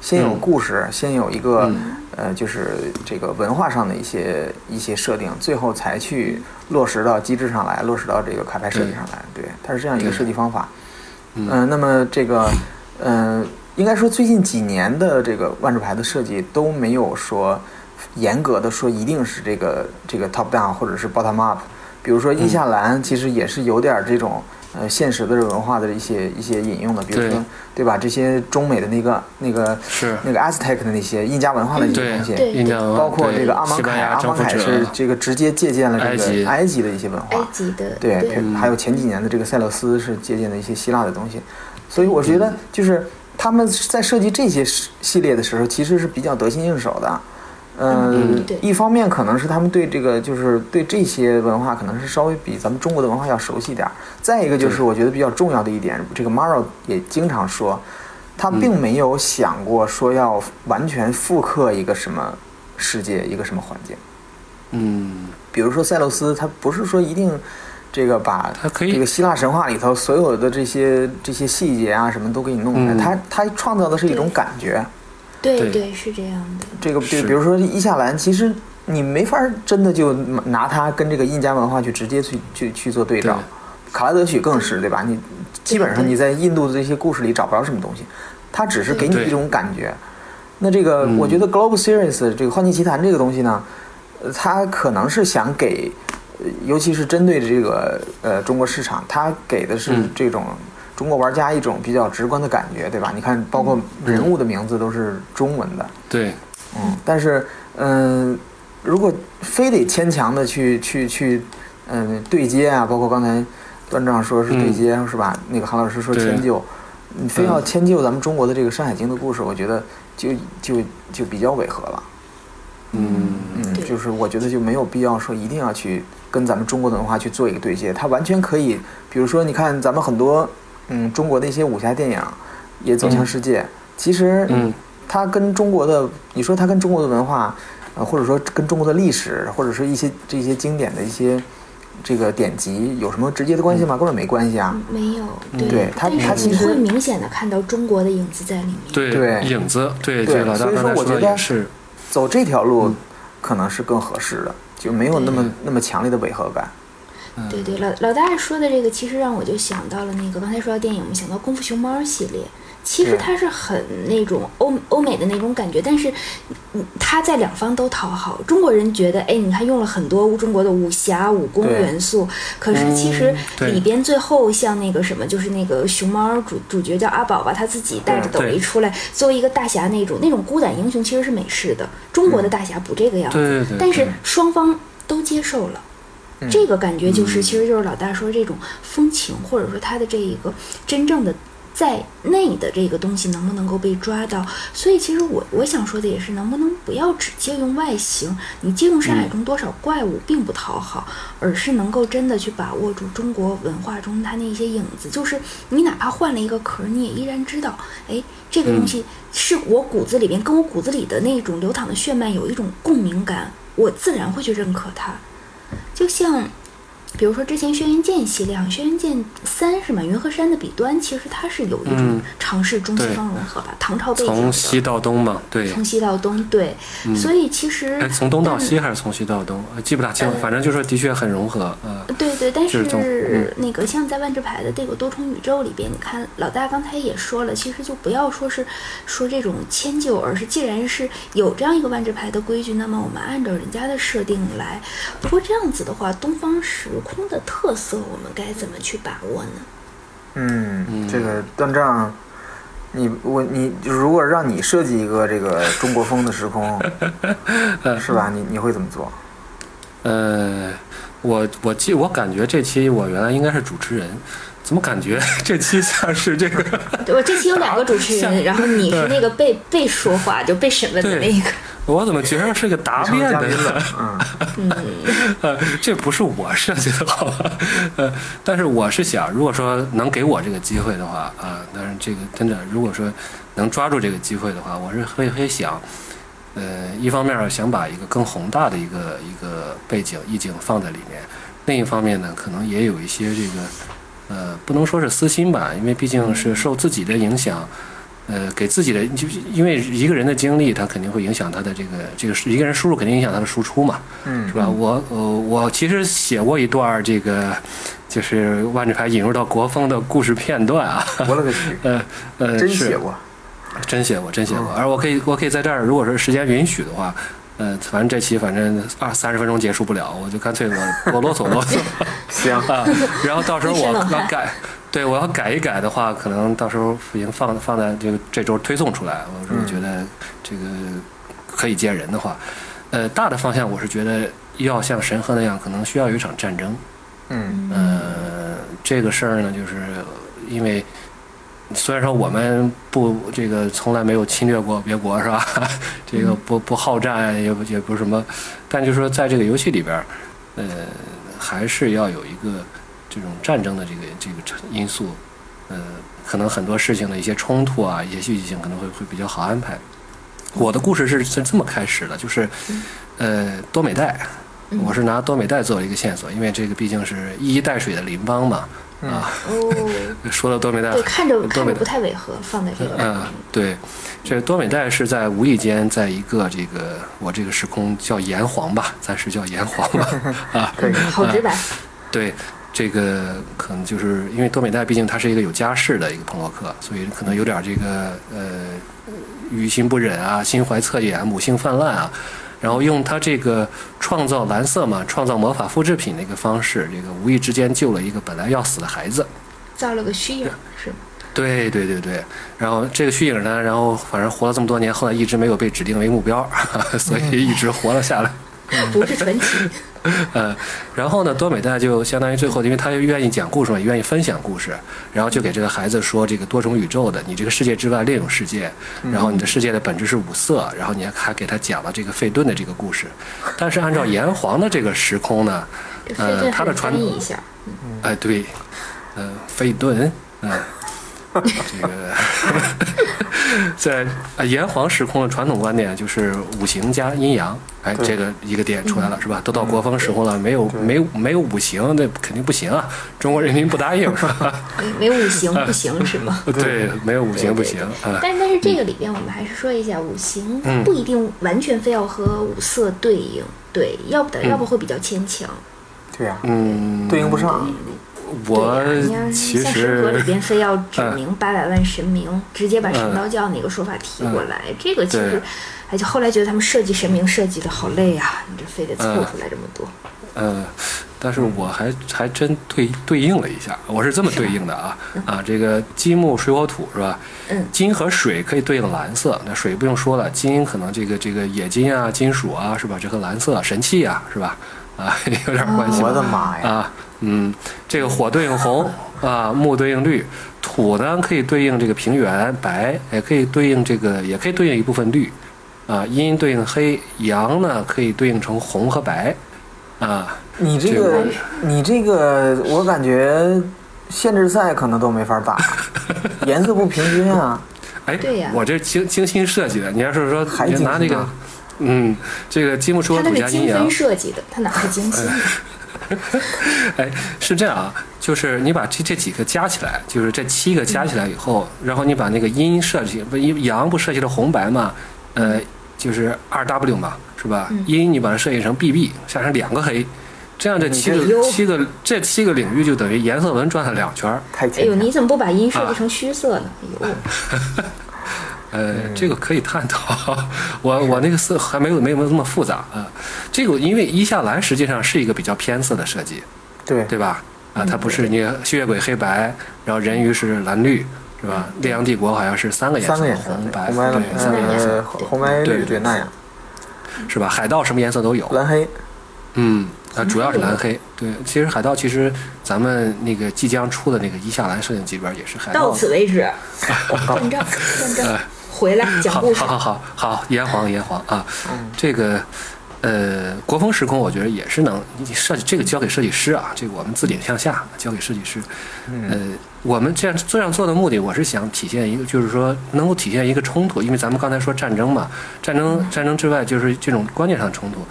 Speaker 2: 先有
Speaker 1: 嗯
Speaker 2: 故事，先有一个
Speaker 1: 嗯
Speaker 2: 呃，就是这个文化上的一些一些设定，最后才去落实到机制上来，落实到这个卡牌设计上来。
Speaker 1: 嗯
Speaker 2: 对，它是这样一个
Speaker 1: 对
Speaker 2: 设计方法。
Speaker 1: 嗯
Speaker 2: 嗯，那么这个，嗯，应该说最近几年的这个万智牌的设计都没有说严格的说一定是这个这个 top down 或者是 bottom up。比如说伊
Speaker 1: 嗯
Speaker 2: 夏兰其实也是有点儿这种呃现实的文化的一些一些引用的，比如说
Speaker 1: 对
Speaker 2: 对吧？这些中美的那个那个
Speaker 1: 是
Speaker 2: 那个 Aztec 的那些印加文化的一些
Speaker 1: 对
Speaker 2: 东西，
Speaker 3: 对
Speaker 1: 印第安
Speaker 2: 嗯包括这个阿芒
Speaker 1: 西班
Speaker 2: 凯，
Speaker 1: 牙
Speaker 2: 阿
Speaker 1: 征
Speaker 2: 芒
Speaker 1: 服
Speaker 2: 凯是
Speaker 1: 者，
Speaker 2: 这个直接借鉴了这
Speaker 1: 埃及
Speaker 2: 个埃及的一些文化
Speaker 3: 埃，及的
Speaker 2: 啊对，
Speaker 3: 哎对
Speaker 2: 还有前几年的这个塞勒斯是借鉴的一些希腊的东西，所以我觉得就是他们在设计这些系列的时候，其实是比较得心应手的。嗯
Speaker 3: 嗯对，
Speaker 2: 一方面可能是他们对这个就是对这些文化可能是稍微比咱们中国的文化要熟悉点儿，再一个就是
Speaker 1: 对
Speaker 2: 我觉得比较重要的一点，这个 Maro 也经常说，他并
Speaker 3: 嗯
Speaker 2: 没有想过说要完全复刻一个什么世界一个什么环境，
Speaker 1: 嗯，
Speaker 2: 比如说塞勒斯，他不是说一定这个把
Speaker 1: 它可以
Speaker 2: 这个希腊神话里头所有的这些这些细节啊什么都给你弄出来，
Speaker 1: 嗯
Speaker 2: 他他创造的是一种感觉。
Speaker 3: 对
Speaker 1: 对
Speaker 3: 对是这样的，
Speaker 2: 这个比
Speaker 1: 是
Speaker 2: 比如说伊夏兰，其实你没法真的就拿它跟这个印加文化去直接去去去做对照。卡拉德许更是对吧？你基本上你在印度的这些故事里找不着什么东西，它只是给你
Speaker 1: 对嗯
Speaker 2: 一种感觉。那这个我觉得 Global Series 这个幻境奇谭这个东西呢，呃它可能是想给，呃尤其是针对这个呃中国市场，它给的是
Speaker 1: 嗯
Speaker 2: 这种。中国玩
Speaker 1: 嗯
Speaker 2: 家一种比较直观的感觉，对吧？你看，包括人物的名字都是中文的，
Speaker 1: 对
Speaker 2: 嗯，但是嗯、如果非得牵强的去去去嗯、对接啊，包括刚才段长说是对接、是吧？那个韩老师说
Speaker 1: 对
Speaker 2: 迁就，你非要迁就咱们中国的这个《山海经》的故事，我觉得就就就比较违和了。
Speaker 1: 嗯
Speaker 2: 嗯，
Speaker 3: 对
Speaker 2: 就是我觉得就没有必要说一定要去跟咱们中国的文化去做一个对接，它完全可以，比如说你看咱们很多嗯中国的一些武侠电影也走向世界，其实
Speaker 1: 嗯
Speaker 2: 它跟中国的，你说它跟中国的文化，呃或者说跟中国的历史，或者说一些这些经典的一些这个典籍有什么直接的关系吗？根本没关系啊。
Speaker 3: 嗯没有，
Speaker 2: 对他他
Speaker 3: 但是
Speaker 2: 其
Speaker 3: 你
Speaker 2: 实
Speaker 3: 会明显的看到中国的影子在里面。
Speaker 1: 对
Speaker 2: 对
Speaker 1: 影子，对
Speaker 2: 对
Speaker 1: 老大
Speaker 2: 所以
Speaker 1: 刚
Speaker 2: 说
Speaker 1: 才说
Speaker 2: 我
Speaker 1: 的
Speaker 2: 觉得
Speaker 1: 也是，
Speaker 2: 走这条路可能是更合适的，就没有那么那么强烈的违和感。
Speaker 3: 对对，老老大说的这个，其实让我就想到了那个刚才说到电影，我们想到《功夫熊猫》系列。其实
Speaker 2: 对
Speaker 3: 它是很那种欧欧美的那种感觉，但是，嗯，它在两方都讨好。中国人觉得，哎，你看用了很多中国的武侠、武功
Speaker 2: 对
Speaker 3: 元素，可是其实
Speaker 1: 嗯对
Speaker 3: 里边最后像那个什么，就是那个熊猫主主角叫阿宝吧，他自己带着
Speaker 1: 嗯对
Speaker 3: 斗笠出来，作为一个大侠那种那种孤胆英雄，其实是美式的，中国的大侠不这个样子。
Speaker 1: 嗯对对，
Speaker 3: 但是
Speaker 1: 对
Speaker 3: 双方都接受了。
Speaker 2: 嗯
Speaker 3: 这个感觉就是，其实就是老大说这种风情，或者说他的这一个真正的在内的这个东西能不能够被抓到。所以，其实我我想说的也是，能不能不要只借用外形，你借用山海中多少怪
Speaker 2: 嗯
Speaker 3: 物并不讨好，而是能够真的去把握住中国文化中它那些影子。就是你哪怕换了一个壳儿，你也依然知道，哎，这
Speaker 2: 嗯
Speaker 3: 个东西是我骨子里边跟我骨子里的那种流淌的血脉有一种共鸣感，我自然会去认可它。就像，比如说之前《轩辕剑》系列，《啊轩辕剑三》是吗？云和山的彼端其实它是有一种
Speaker 1: 嗯
Speaker 3: 尝试中西
Speaker 1: 对
Speaker 3: 方融合吧，唐朝背景
Speaker 1: 从
Speaker 3: 的，
Speaker 1: 西到东嘛，对，
Speaker 3: 从西到东，对。所以其实
Speaker 1: 哎，从东到西还是从西到东，呃记不大清了，反正就说的确很融合，呃，
Speaker 3: 对对，但
Speaker 1: 就是是从嗯
Speaker 3: 那个像在万智牌的这个多重宇宙里边，你看老大刚才也说了，其实就不要说是说这种迁就，而是既然是有这样一个万智牌的规矩，那么我们按照人家的设定来。不过这样子的话，东方时空的特色我们该怎么去把握呢？
Speaker 2: 嗯，这个断账，你我你如果让你设计一个这个中国风的 时空，是吧？你你会怎么做？
Speaker 1: 呃，我我记我感觉这期我原来应该是主持人，怎么感觉 这期像是这个？
Speaker 3: 对我这期有两个主持人，
Speaker 1: 像
Speaker 3: 然后你
Speaker 1: 对
Speaker 3: 是那个被被说话就被审问的
Speaker 1: 对
Speaker 3: 那个，
Speaker 1: 我怎么觉得是个答
Speaker 2: 成
Speaker 1: 辩
Speaker 2: 嘉
Speaker 1: 的
Speaker 2: 宾
Speaker 1: 呢
Speaker 2: 了？，嗯，
Speaker 1: 呃， 这不是我设计的，好吧？呃，但是我是想，如果说能给我这个机会的话，啊、但是这个真的，如果说能抓住这个机会的话，我是会会想，呃，一方面儿想把一个更宏大的一个一个背景意境放在里面，另一方面呢，可能也有一些这个，呃，不能说是私心吧，因为毕竟是受自己的影响。呃，给自己的，就是因为一个人的经历，他肯定会影响他的这个这个一个人输入，肯定影响他的输出嘛。
Speaker 2: 嗯
Speaker 1: 是吧？我呃，我其实写过一段儿这个，就是万智牌引入到国风的故事片段啊，
Speaker 2: 我勒个去，
Speaker 1: 呃呃，
Speaker 2: 真
Speaker 1: 是
Speaker 2: 写过，
Speaker 1: 真写过，真写过。而我可以，我可以在这儿，如果说时间允许的话，呃，反正这期反正二三十分钟结束不了，我就干脆我我啰嗦啰嗦
Speaker 2: 行，
Speaker 1: 啊，然后到时候
Speaker 3: 一身
Speaker 1: 我
Speaker 3: 冷汗
Speaker 1: 要改，对我要改一改的话，可能到时候已经放放在这个这周推送出来，我如果觉得这个可以接人的话，呃，大的方向我是觉得要像神鹤那样，可能需要有一场战争。
Speaker 2: 嗯
Speaker 1: 呃，这个事儿呢，就是因为虽然说我们不这个从来没有侵略过别国是吧？ 这个不不好战也不也不是什么，但就是说在这个游戏里边儿，呃，还是要有一个这种战争的这个这个因素，呃，可能很多事情的一些冲突啊，也许性可能会会比较好安排。我的故事是是这么开始的，就是，呃，多美代，我是拿多美代作为一个线索，因为这个毕竟是一衣带水的邻邦嘛，
Speaker 2: 嗯
Speaker 1: 啊，
Speaker 3: 哦，
Speaker 1: 说到多美代，
Speaker 3: 对，看着看
Speaker 1: 嗯多
Speaker 3: 着
Speaker 1: 美
Speaker 3: 不太违和，放在这个。
Speaker 1: 嗯，对，这多美代是在无意间，在一个这个我这个时空叫炎黄吧，暂时叫炎黄吧， 啊，
Speaker 2: 可以，
Speaker 3: 好直白，
Speaker 1: 对，这个可能就是因为多美代毕竟他是一个有家室的一个朋洛克，所以可能有点这个呃于心不忍啊，心怀恻隐啊，母性泛滥啊。然后用他这个创造蓝色嘛，创造魔法复制品的一个方式，这个无意之间救了一个本来要死的孩子。
Speaker 3: 造了个虚影是吗？
Speaker 1: 对对对对，然后这个虚影呢，然后反正活了这么多年，后来一直没有被指定为目标， 所以一直活了下来。
Speaker 3: 不 是传奇。
Speaker 1: 呃，然后呢，多美代就相当于最后，因为他愿意讲故事嘛，也愿意分享故事，然后就给这个孩子说这个多重宇宙的，你这个世界之外另有世界，然后你的世界的本质是五色，然后你还还给他讲了这个费顿的这个故事，但是按照炎黄的这个时空呢，
Speaker 3: 这非
Speaker 1: 呃，
Speaker 3: 得
Speaker 1: 他的
Speaker 3: 翻
Speaker 1: 传，
Speaker 3: 译一下，
Speaker 1: 哎、对，呃，费顿， 嗯、这个 在呃炎黄时空的传统观点就是五行加阴阳，哎，
Speaker 2: 对
Speaker 1: 这个一个点出来了
Speaker 3: 嗯
Speaker 1: 是吧？都到国风时空了，没有没有没有五行，那肯定不行啊！中国人民不答应是吧？
Speaker 4: 没五行
Speaker 1: 嗯
Speaker 4: 不行是 吗？
Speaker 1: 对，没有五行不
Speaker 3: 对
Speaker 1: 行
Speaker 3: 对
Speaker 1: 啊。
Speaker 3: 但但是这个里边，我们还是说一下五行
Speaker 1: 嗯
Speaker 3: 不一定完全非要和五色对应，对，要不的，要不会比较牵强。
Speaker 2: 对呀、
Speaker 1: 嗯，
Speaker 2: 对应不上。
Speaker 3: 对
Speaker 1: 我
Speaker 3: 呀，你要
Speaker 1: 其
Speaker 3: 是像神
Speaker 1: 实
Speaker 3: 佛里边非要指
Speaker 1: 嗯
Speaker 3: 明八百万神明，直接把神
Speaker 1: 嗯
Speaker 3: 道教那个说法提过
Speaker 1: 嗯
Speaker 3: 来，这个其
Speaker 1: 对
Speaker 3: 实，哎，就后来觉得他们设计神明设计的好累啊，你这非得凑
Speaker 1: 嗯
Speaker 3: 出来这么多。
Speaker 1: 呃，但是我还还真对对应了一下，我是这么对应的啊啊，这个金木水火土是吧？
Speaker 3: 嗯
Speaker 1: 金和水可以对应蓝色，那水不用说了，金可能这个这个冶金啊、金属啊是吧？这和蓝色神器啊是吧？啊， 有点关系
Speaker 2: 哦我的妈呀！
Speaker 1: 啊。嗯，这个火对应红啊，木对应绿，土呢可以对应这个平原白，也可以对应这个，也可以对应一部分绿啊。阴对应黑，阳呢可以对应成红和白啊。
Speaker 2: 你
Speaker 1: 这
Speaker 2: 这个
Speaker 1: 个，
Speaker 2: 你这个，我感觉限制赛可能都没法 打，颜色不平均啊。
Speaker 1: 哎，
Speaker 3: 对呀
Speaker 1: 我这精精心设计的。你要是说
Speaker 2: 还
Speaker 1: 你拿
Speaker 2: 精
Speaker 1: 这
Speaker 2: 心
Speaker 1: 个
Speaker 2: 啊，
Speaker 1: 嗯，这个积木说
Speaker 3: 他那
Speaker 1: 土
Speaker 3: 是
Speaker 1: 加阴
Speaker 3: 精
Speaker 1: 阳
Speaker 3: 分，设计的，他哪是精心？
Speaker 1: 哎，是这样啊，就是你把这这几个加起来，就是这七个加起来以后，然后你把那个阴设计不阴阳不设计了红白嘛，呃，就是二 W 嘛，是吧？
Speaker 3: 嗯
Speaker 1: 阴你把它设计成 BB，下成两个黑。这样这七
Speaker 2: 哎
Speaker 1: 个
Speaker 4: 呦
Speaker 1: 七个这七个领域就等于颜色文转了两圈儿，
Speaker 2: 太
Speaker 3: 哎
Speaker 2: 牵
Speaker 3: 呦，
Speaker 2: 强。
Speaker 3: 你怎么不把阴设
Speaker 1: 啊
Speaker 3: 计成虚色呢？哎呦，
Speaker 1: 呃，
Speaker 2: 嗯
Speaker 1: 这个可以探讨。 我我那个色还没有没有那么复杂啊。这个因为伊夏兰实际上是一个比较偏色的设计，
Speaker 2: 对
Speaker 1: 对吧？
Speaker 2: 嗯
Speaker 1: 啊，它不是你吸血鬼黑白，然后人鱼是蓝绿，是吧？烈阳帝国好像是三个颜色，
Speaker 2: 嗯三个颜色，
Speaker 1: 红
Speaker 2: 对
Speaker 1: 白
Speaker 2: 红白
Speaker 1: 对
Speaker 2: 蓝
Speaker 1: 三个颜色
Speaker 2: 呃红白
Speaker 1: 对
Speaker 2: 绿
Speaker 1: 对
Speaker 2: 对那样，嗯
Speaker 1: 是吧？海盗什么颜色都有，
Speaker 2: 蓝黑
Speaker 1: 嗯，啊，主要是蓝
Speaker 2: 嗯
Speaker 1: 黑。对，其实海盗其实咱们那个即将出的那个伊夏兰摄影集里边也是海
Speaker 3: 到
Speaker 1: 盗。
Speaker 3: 此为止，断章断章，回来讲
Speaker 1: 好
Speaker 3: 故事
Speaker 1: 哎好。好好好，炎黄炎黄啊，这个呃，国风时空我觉得也是能你设计这个交给设计师啊，这个我们字典向下交给设计师。
Speaker 2: 嗯
Speaker 1: 呃，我们这样这样做的目的，我是想体现一个，就是说能够体现一个冲突，因为咱们刚才说战争嘛，战争战争之外就是这种观念上的冲突。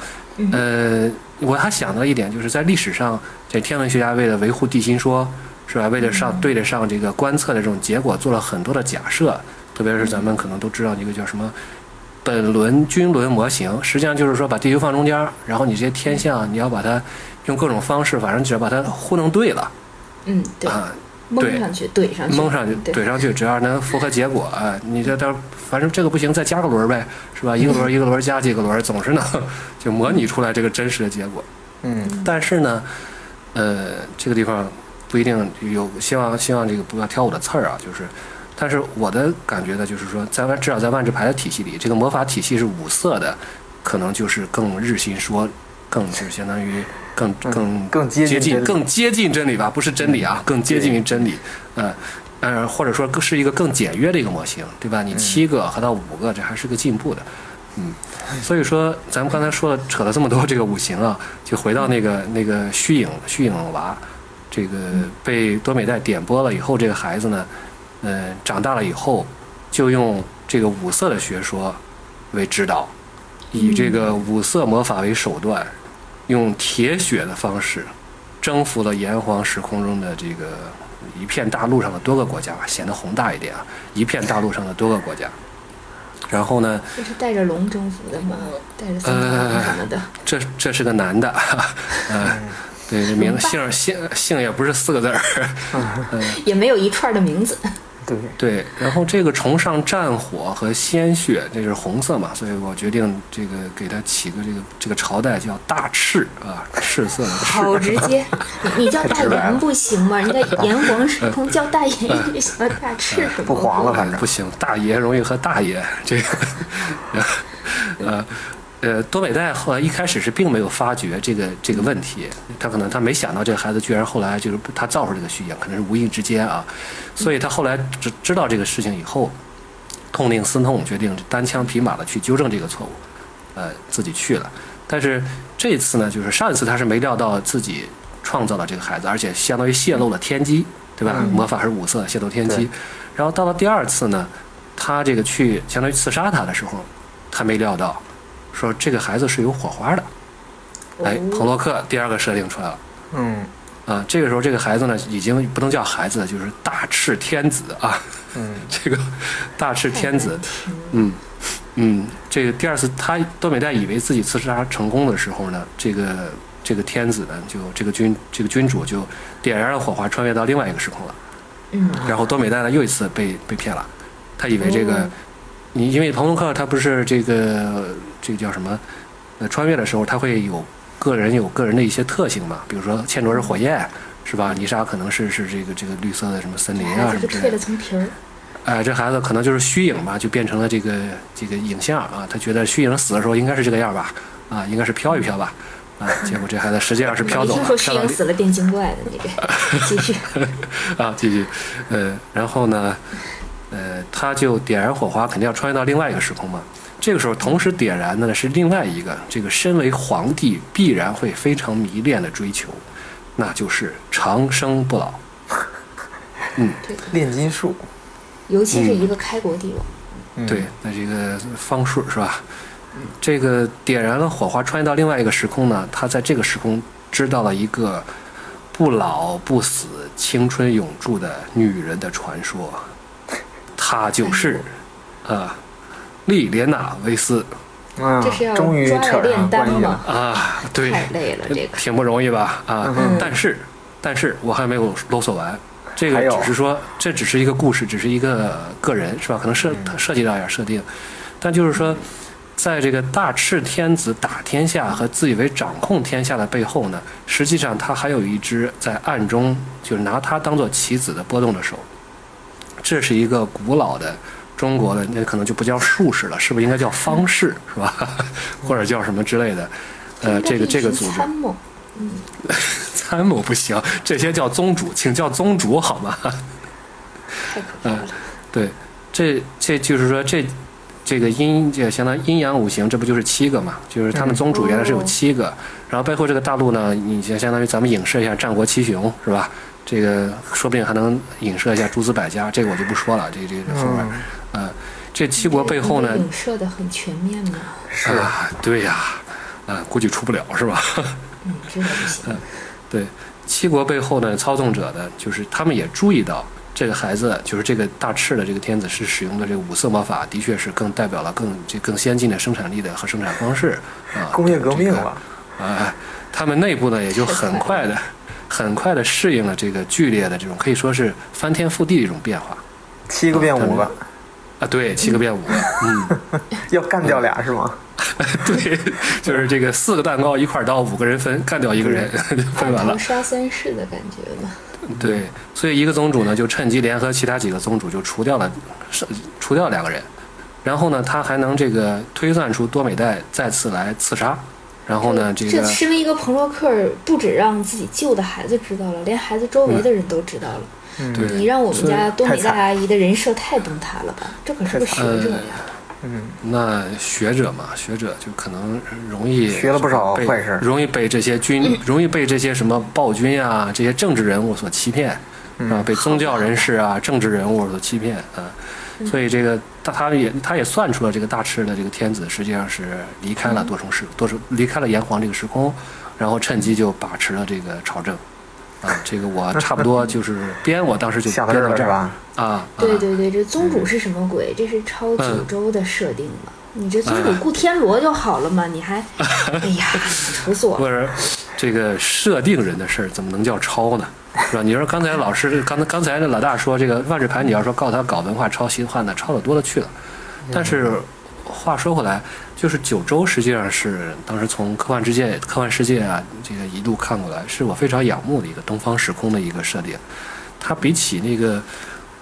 Speaker 1: 呃，我还想到一点，就是在历史上，这天文学家为了维护地心说，是吧？为了上对得上这个观测的这种结果，做了很多的假设，特别是咱们可能都知道一个叫什么。呃本轮均轮模型实际上就是说，把地球放中间儿，然后你这些天象，你要把它用各种方式，反正只要把它糊弄对了
Speaker 3: 嗯，对，
Speaker 1: 啊，
Speaker 3: 蒙上去，怼上去，
Speaker 1: 蒙上去，
Speaker 3: 对
Speaker 1: 怼上去，只要能符合结果啊，你这到反正这个不行，再加个轮儿呗，是吧？一个轮儿一个轮儿加几个轮儿，总是能就模拟出来这个真实的结果。
Speaker 2: 嗯，
Speaker 1: 但是呢，呃，这个地方不一定有希望，希望这个不要挑我的刺儿啊，就是。但是我的感觉呢，就是说，在万至少在万智牌的体系里，这个魔法体系是五色的，可能就是更日心说，更就是相当于更
Speaker 2: 嗯
Speaker 1: 更
Speaker 2: 更接近
Speaker 1: 接
Speaker 2: 真
Speaker 1: 近
Speaker 2: 理嗯
Speaker 1: 更接近真理吧，不是真理啊，更接近于真理，呃，呃，或者说更是一个更简约的一个模型，对
Speaker 2: 嗯
Speaker 1: 吧？你七个和到五个，这还是个进步的，嗯，所以说咱们刚才说了扯了这么多这个五行啊，就回到那个那个虚影虚影娃，这个被多美代点拨了以后，这个孩子呢，嗯、长大了以后就用这个五色的学说为指导，以这个
Speaker 2: 嗯
Speaker 1: 五色魔法为手段，用铁血的方式征服了炎黄时空中的这个一片大陆上的多个国家吧，显得宏大一点啊，一片大陆上的多个国家。然后呢，
Speaker 3: 这是带着龙征服的吗？
Speaker 1: 呃
Speaker 3: 带着三角龙什么的？
Speaker 1: 这这是个男的， 呃，对，这名字姓儿姓姓也不是四个字儿，
Speaker 3: 也没有一串的名字。
Speaker 2: 对，
Speaker 1: 对，然后这个崇尚战火和鲜血，这是红色嘛，所以我决定这个给它起个这个这个朝代叫大赤啊，赤色的赤。
Speaker 4: 好直 接，
Speaker 3: 你叫大
Speaker 1: 直白
Speaker 3: 炎
Speaker 1: 了
Speaker 3: 不行吗？人 家炎黄是同，叫大炎 也行，大赤什么？
Speaker 2: 不黄了，反
Speaker 1: 哎
Speaker 2: 正
Speaker 1: 不行，大爷容易和大爷这个，呃呃，多美代后来一开始是并没有发觉这个这个问题，他可能他没想到这个孩子居然后来就是他造出这个虚言，可能是无意之间啊，所以他后来知知道这个事情以后，痛定思痛，决定单枪匹马的去纠正这个错误，呃，自己去了。但是这次呢，就是上一次他是没料到自己创造了这个孩子，而且相当于泄露了天机，对吧？魔法是五色，泄露天机
Speaker 2: 嗯对。
Speaker 1: 然后到了第二次呢，他这个去相当于刺杀他的时候，他没料到，说这个孩子是有火花的。
Speaker 3: 哦
Speaker 1: 哎，彭洛克第二个设定出来了。
Speaker 2: 嗯
Speaker 1: 啊，这个时候这个孩子呢，已经不能叫孩子了，就是大赤天子啊，
Speaker 2: 嗯，
Speaker 1: 这个大赤天子，嗯嗯，这个第二次他多美代以为自己刺杀成功的时候呢，这个这个天子呢，就这个君这个君主就点燃了火花，穿越到另外一个时空了。
Speaker 4: 嗯，
Speaker 1: 然后多美代呢又一次被被骗了，他以为这个，
Speaker 4: 哦
Speaker 1: 你因为彭龙克他不是这个这个叫什么，呃，穿越的时候他会有个人有个人的一些特性嘛，比如说倩卓是火焰，是吧？泥沙可能是是这个这个绿色的什么森林啊
Speaker 4: 孩
Speaker 1: 什
Speaker 4: 子就
Speaker 1: 么之
Speaker 4: 蜕
Speaker 1: 类的
Speaker 4: 了。层皮儿，
Speaker 1: 哎，这孩子可能就是虚影吧，就变成了这个这个影像啊。他觉得虚影死的时候应该是这个样吧，啊，应该是飘一飘吧，啊，结果这孩子实际上是飘
Speaker 4: 一
Speaker 1: 走了
Speaker 4: 听，说
Speaker 1: 飘
Speaker 4: 虚
Speaker 1: 到
Speaker 4: 影
Speaker 1: 另
Speaker 4: 死了变精怪的，你 这继续，
Speaker 1: 啊，继续，呃，然后呢，呃，他就点燃火花，肯定要穿越到另外一个时空嘛。这个时候，同时点燃的呢是另外一个，这个身为皇帝必然会非常迷恋的追求，那就是长生不老。
Speaker 2: 炼金术，
Speaker 4: 尤其是一个开国帝王，
Speaker 2: 嗯
Speaker 1: 对，那这个方术是吧？这个点燃了火花，穿越到另外一个时空呢，他在这个时空知道了一个不老不死、青春永驻的女人的传说，她就是，呃，莉莲娜·维斯
Speaker 2: 啊
Speaker 4: 这是要，
Speaker 2: 终于
Speaker 4: 抓来
Speaker 2: 扯上
Speaker 4: 炼
Speaker 2: 关
Speaker 4: 丹
Speaker 2: 系
Speaker 4: 吗
Speaker 2: 了，？
Speaker 1: 啊，对，
Speaker 4: 太累了，这个
Speaker 1: 挺不容易吧？啊
Speaker 2: 嗯，哼
Speaker 1: 但是，但是我还没有啰嗦完。这个
Speaker 2: 还有
Speaker 1: 只是说，这只是一个故事，只是一个个人，是吧？可能设
Speaker 2: 嗯
Speaker 1: 它涉及到一点设定，但就是说，在这个大赤天子打天下和自以为掌控天下的背后呢，实际上他还有一只在暗中就是拿他当做棋子的波动的手。这是一个古老的中国的，那可能就不叫术士了，是不是应该叫方士，是吧？ 或者叫什么之类的？呃，这个这个组织，
Speaker 4: 参谋，
Speaker 1: 参谋不行，这些叫宗主，请叫宗主好吗？
Speaker 4: 太可怕
Speaker 1: 呃
Speaker 4: 了，
Speaker 1: 对， 这这就是说这这个阴这相当于阴阳五行，这不就是七个嘛？就是他们宗主原来是有七个，然后背后这个大陆呢，你就相当于咱们影射一下战国七雄是吧？这个说不定还能影射一下诸子百家，这个我就不说了，这这个后
Speaker 2: 哦
Speaker 1: 面，呃，这七国背后呢
Speaker 4: 你这，影射的很全面嘛，
Speaker 2: 是
Speaker 1: 啊，对呀、啊，估计出不了是吧？
Speaker 4: 嗯，真的不行，
Speaker 1: 呃对，七国背后呢，操纵者呢，就是他们也注意到这个孩子，就是这个大赤的这个天子是使用的这个五色魔法，的确是更代表了更这更先进的生产力的和生产方式啊。
Speaker 2: 工业革命
Speaker 1: 这个
Speaker 2: 了，
Speaker 1: 啊，他们内部呢也就很快的、很快的适应了这个剧烈的这种可以说是翻天覆地的一种变化
Speaker 2: 七个变
Speaker 1: 嗯
Speaker 2: 五个，
Speaker 1: 啊。对，七个变五个，嗯，
Speaker 2: 要干掉俩是吗？
Speaker 1: 对，就是这个四个蛋糕一块儿刀，五个人分，干掉一个人就 分
Speaker 4: 二
Speaker 1: 完了
Speaker 4: 头。杀三士的感觉嘛，
Speaker 1: 对，所以一个宗主呢，就趁机联合其他几个宗主，就除掉了，是除掉两个人。然后呢，他还能这个推算出多美代再次来刺杀。然后呢，这
Speaker 4: 这
Speaker 1: 个
Speaker 4: 身为一个彭洛克尔，不止让自己救的孩子知道了，连孩子周围的人都知道了。
Speaker 2: 嗯
Speaker 1: 对
Speaker 4: 你让我们家多美
Speaker 2: 太惨
Speaker 4: 代阿姨的人设太崩塌了吧？这可是个学者呀，
Speaker 2: 嗯，
Speaker 1: 那学者嘛，学者就可能容易
Speaker 2: 学了不少
Speaker 1: 被
Speaker 2: 坏事儿
Speaker 1: 容易被这些军，容易被这些什么暴君啊，这些政治人物所欺骗，
Speaker 2: 嗯
Speaker 1: 啊，被宗教人士啊、政治人物所欺骗啊。所以这个大他也他也算出了这个大赤的这个天子实际上是离开了多重时多重离开了炎黄这个时空，然后趁机就把持了这个朝政，啊，这个 我差不多就是编，我当时就
Speaker 2: 想到
Speaker 1: 编
Speaker 2: 这儿
Speaker 1: 到
Speaker 2: 了
Speaker 1: 这
Speaker 2: 是
Speaker 1: 儿
Speaker 2: 吧？
Speaker 1: 啊，
Speaker 4: 对
Speaker 1: 啊
Speaker 4: 对对，这宗主是什么鬼？这是
Speaker 1: 嗯
Speaker 4: 超九州的设定嘛？
Speaker 1: 啊
Speaker 4: 你这宗主顾天罗就好了嘛？你还，哎呀，愁死我
Speaker 1: 不
Speaker 4: 了！
Speaker 1: 是，这个设定人的事儿怎么能叫抄呢？是吧？你说刚才老师，刚才刚才老大说这个万智牌，你要说告他搞文化抄袭的话呢，抄的多了去了。但是话说回来，就是九州实际上是当时从科幻之界、科幻世界啊，这个一路看过来，是我非常仰慕的一个东方时空的一个设定。它比起那个《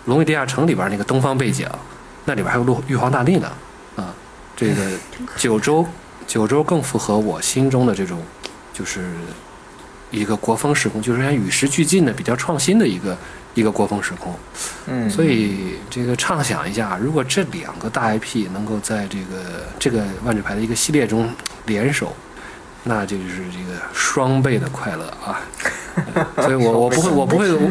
Speaker 1: 龙与地下城》里边那个东方背景，那里边还有鹿玉皇大帝呢。啊，这个九州，九州更符合我心中的这种，就是一个国风时空，就是像与时俱进的、比较创新的一个一个国风时空。
Speaker 2: 嗯，
Speaker 1: 所以这个畅想一下，如果这两个大 IP 能够在这个这个万智牌的一个系列中联手，那这就是这个双倍的快乐 啊！呃所以我我不会我不会我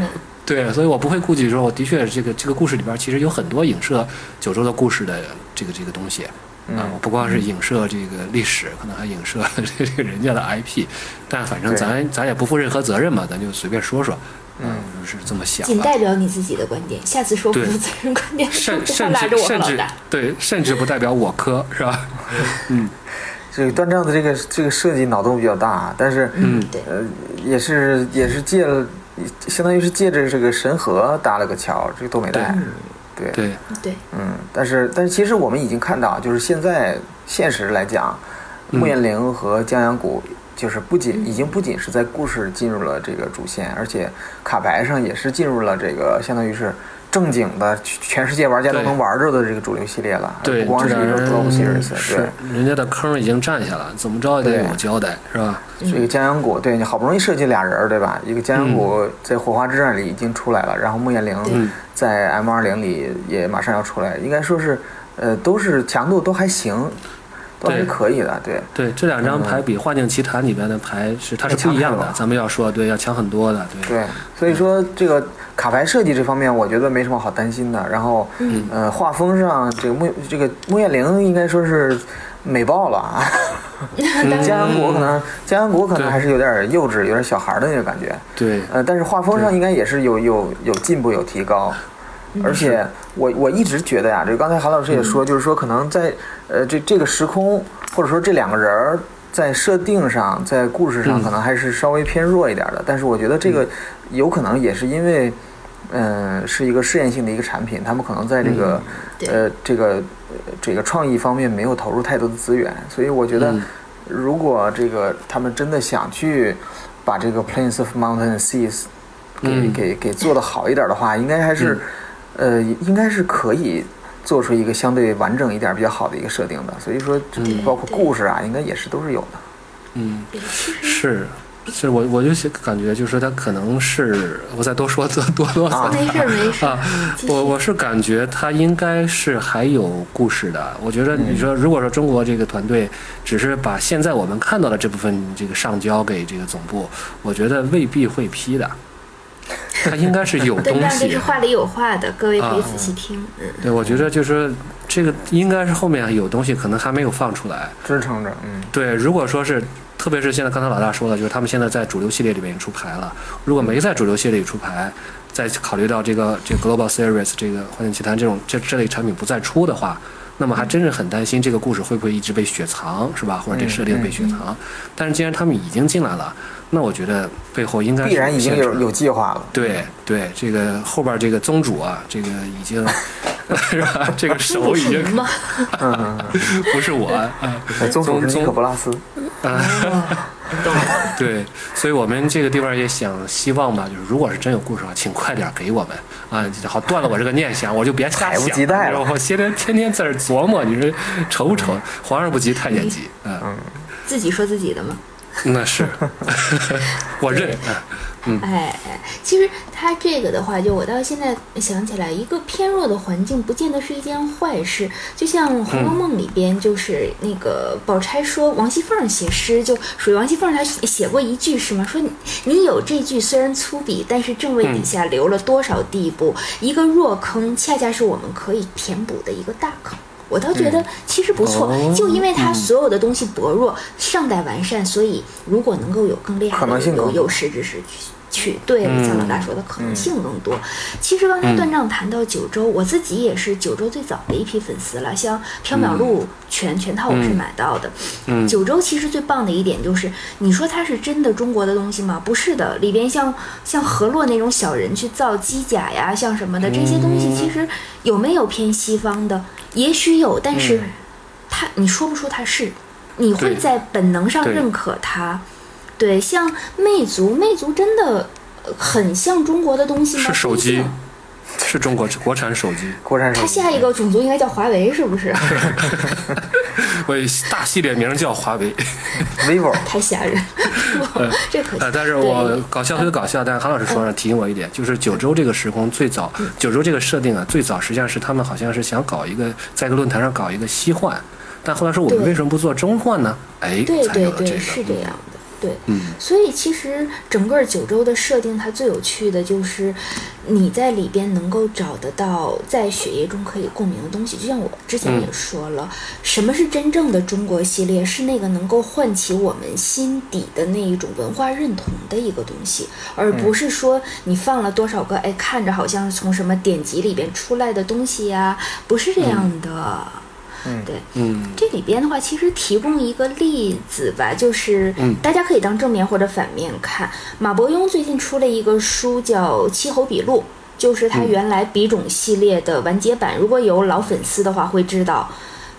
Speaker 1: 对，所以我不会顾忌说，我的确这个这个故事里边其实有很多影射九州的故事的这个这个东西啊，
Speaker 2: 嗯
Speaker 1: 我不光是影射这个历史，可能还影射这个人家的 IP，但反正
Speaker 2: 对
Speaker 1: 咱咱也不负任何责任嘛，咱就随便说说，嗯，就是这么想
Speaker 4: 仅
Speaker 1: 吧。
Speaker 4: 代表你自己的观点，下次说不
Speaker 1: 对
Speaker 4: 负责任观点，
Speaker 1: 甚
Speaker 4: 不要
Speaker 1: 甚
Speaker 4: 拉着
Speaker 1: 至
Speaker 4: 我和
Speaker 1: 甚
Speaker 4: 老
Speaker 1: 至
Speaker 4: 大。
Speaker 1: 对，甚至不代表我科是 吧？
Speaker 2: 这个端正的这个这个设计脑洞比较大，啊但是
Speaker 1: 嗯
Speaker 4: 对，
Speaker 2: 呃也是也是借了，相当于是借着这个神河搭了个桥，这个都没带，对，
Speaker 1: 对，
Speaker 4: 对，
Speaker 2: 嗯，但是但是其实我们已经看到，就是现在现实来讲，
Speaker 1: 嗯
Speaker 2: 穆彦玲和江阳谷就是不仅已经不仅是在故事进入了这个主线，而且卡牌上也是进入了这个相当于是正经的全世界玩家都
Speaker 1: 对
Speaker 2: 能玩着的这个主流系列了，
Speaker 1: 对，
Speaker 2: 不光是
Speaker 1: 这
Speaker 2: 一个 Drop
Speaker 1: 人
Speaker 2: Series，对
Speaker 1: 是。人家的坑已经占下了，怎么着也得有交代是吧？
Speaker 2: 这个江阳谷，对你好不容易设计俩人儿，对吧？一个江阳谷
Speaker 1: 嗯
Speaker 2: 在《火花之战》里已经出来了，然后穆彦玲在 M 二零里也马上要出来，应该说是，呃，都是强度都还行，都还是
Speaker 1: 对
Speaker 2: 可以的，对
Speaker 1: 对，这两张牌比《幻境奇谭》里边的牌是它是不一样
Speaker 2: 嗯要强很
Speaker 1: 的
Speaker 2: 多，
Speaker 1: 咱们要说对，要强很多的，对。
Speaker 2: 对。所以说这个卡牌设计这方面，我觉得没什么好担心的。然后，
Speaker 1: 嗯
Speaker 2: 呃，画风上，这个穆这个穆彦玲应该说是美爆了啊。 江阳谷可能江阳谷可能
Speaker 1: 对
Speaker 2: 还是有点幼稚，有点小孩儿的那种感觉。
Speaker 1: 对，嗯
Speaker 2: 呃，但是画风上应该也是有有有进步有提高，而且我我一直觉得呀、这刚才韩老师也说，就是说可能在呃这这个时空或者说这两个人儿在设定上，在故事
Speaker 1: 嗯
Speaker 2: 上可能还是稍微偏弱一点的，但是我觉得这个有可能也是因为。嗯，是一个试验性的一个产品，他们可能在这个、
Speaker 4: 对
Speaker 1: 嗯
Speaker 2: 呃这个呃这个创意方面没有投入太多的资源，所以我觉得
Speaker 1: 嗯
Speaker 2: 如果这个他们真的想去把这个 Plains of Mountain Seas 给、
Speaker 1: 嗯
Speaker 2: 给给做的好一点的话，应该还是、呃应该是可以做出一个相对完整一点、比较好的一个设定的。所以说，包括故事啊，应该也是都是有的。
Speaker 1: 嗯，是。是我，我就感觉，就是说他可能是，我再多说多多多说
Speaker 4: 没事儿没事儿
Speaker 1: 啊，我我是感觉他应该是还有故事的。我觉得
Speaker 3: 嗯
Speaker 1: 你说，如果说中国这个团队只是把现在我们看到的这部分这个上交给这个总部，我觉得未必会批的。他应该是有
Speaker 3: 对，
Speaker 1: 东
Speaker 3: 但这
Speaker 1: 西
Speaker 3: 是，话里有话的，各位可以
Speaker 1: 啊
Speaker 3: 仔细听。嗯，
Speaker 1: 对我觉得就是说这个应该是后面有东西，可能还没有放出来。
Speaker 2: 支撑着，嗯，
Speaker 1: 对，如果说是，特别是现在刚才老大说了，就是他们现在在主流系列里面已经出牌了，如果没在主流系列里出牌，再考虑到这个这个 Global Series 这个《幻境奇谭》这种这这类产品不再出的话，那么还真是很担心这个故事会不会一直被雪藏，是吧？或者这设定被
Speaker 2: 嗯
Speaker 1: 雪藏。但是既然他们已经进来了，那我觉得背后应该是
Speaker 2: 必然已经
Speaker 1: 现
Speaker 2: 有
Speaker 1: 成
Speaker 2: 有计划了。
Speaker 1: 对对，这个后边这个宗主啊，这个已经 是吧？这 个手已 经
Speaker 4: 嘛，
Speaker 1: 不是我啊。
Speaker 2: 呃宗主
Speaker 1: 宗
Speaker 2: 是尼可波拉斯，
Speaker 1: 对，所以我们这个地方也想希望吧，就是如果是真有故事啊，请快点给我们啊，好断了我这个念想，我就别瞎
Speaker 2: 迫
Speaker 1: 想，
Speaker 2: 不及待了嗯
Speaker 1: 然后我天天天天在这儿琢磨，你说愁不愁？皇上不急太监急，嗯，
Speaker 4: 自己说自己的嘛。
Speaker 1: 那是， 我认，啊
Speaker 4: 哎哎，其实它这个的话，就我到现在想起来，一个偏弱的环境不见得是一件坏事。就像《红楼梦》里边，就是那个宝钗说王熙凤写诗，就属于王熙凤，她写过一句诗嘛，说你你有这句虽然粗鄙，但是正为底下留了多少地步，一个弱坑恰恰是我们可以填补的一个大坑。我倒觉得其实不错，
Speaker 1: 哦
Speaker 4: 就因为它所有的东西薄弱，尚待完善，所以如果能够有更厉害的，
Speaker 2: 可能性
Speaker 4: 有
Speaker 2: 更
Speaker 4: 有识之士去
Speaker 3: 去对
Speaker 1: 嗯
Speaker 3: 像老大说的可能性更多。其实刚才段丈谈到九州，我自己也是九州最早的一批粉丝了，像缥缈录全全套我是买到的。
Speaker 1: 嗯
Speaker 3: 九州其实最棒的一点就是，你说它是真的中国的东西吗？不是的，里边像像河洛那种小人去造机甲呀，像什么的这些东
Speaker 1: 嗯
Speaker 3: 西，其实有没有偏西方的？也许有，但是它你说不出它是，你会
Speaker 1: 嗯对
Speaker 3: 在哎本能上
Speaker 1: 对
Speaker 3: 认可它。对，像魅族，魅族真的呃很像中国的东西吗？
Speaker 1: 是手
Speaker 3: 不一定
Speaker 1: 机，嗯是中国国产手机，
Speaker 2: 国产手
Speaker 3: 它
Speaker 2: 机
Speaker 3: 下一个种族应该叫华为，是 不是？
Speaker 1: 我大系列名叫华为。
Speaker 2: vivo
Speaker 3: 太吓人，了， 这可 惜
Speaker 1: 呃，。但是我搞笑归搞笑，但是韩老师
Speaker 3: 嗯
Speaker 1: 说了提醒我一点，就是九州这个时空最早，九州这个设定啊，最早实际上是他们好像是想搞一个，在一个论坛上搞一个西换，但后来说我们
Speaker 3: 对
Speaker 1: 为什么不做中换呢？哎，
Speaker 3: 对
Speaker 1: 才有
Speaker 3: 对
Speaker 1: 了这
Speaker 3: 对，
Speaker 1: 个。
Speaker 3: 是这样的。对，
Speaker 1: 嗯
Speaker 3: 所以其实整个九州的设定，它最有趣的就是你在里边能够找得到在血液中可以共鸣的东西。就像我之前也说了，什么是真正的中国系列？是那个能够唤起我们心底的那一种文化认同的一个东西，而不是说你放了多少个，哎，看着好像是从什么典籍里边出来的东西呀、不是这样的。
Speaker 2: 嗯
Speaker 3: 对，
Speaker 1: 嗯
Speaker 3: 这里边的话，其实提供一个例子吧，就是大家可以当正面或者反面看。马伯庸最近出了一个书叫《七侯笔录》，就是他原来笔种系列的完结版。如果有老粉丝的话，会知道。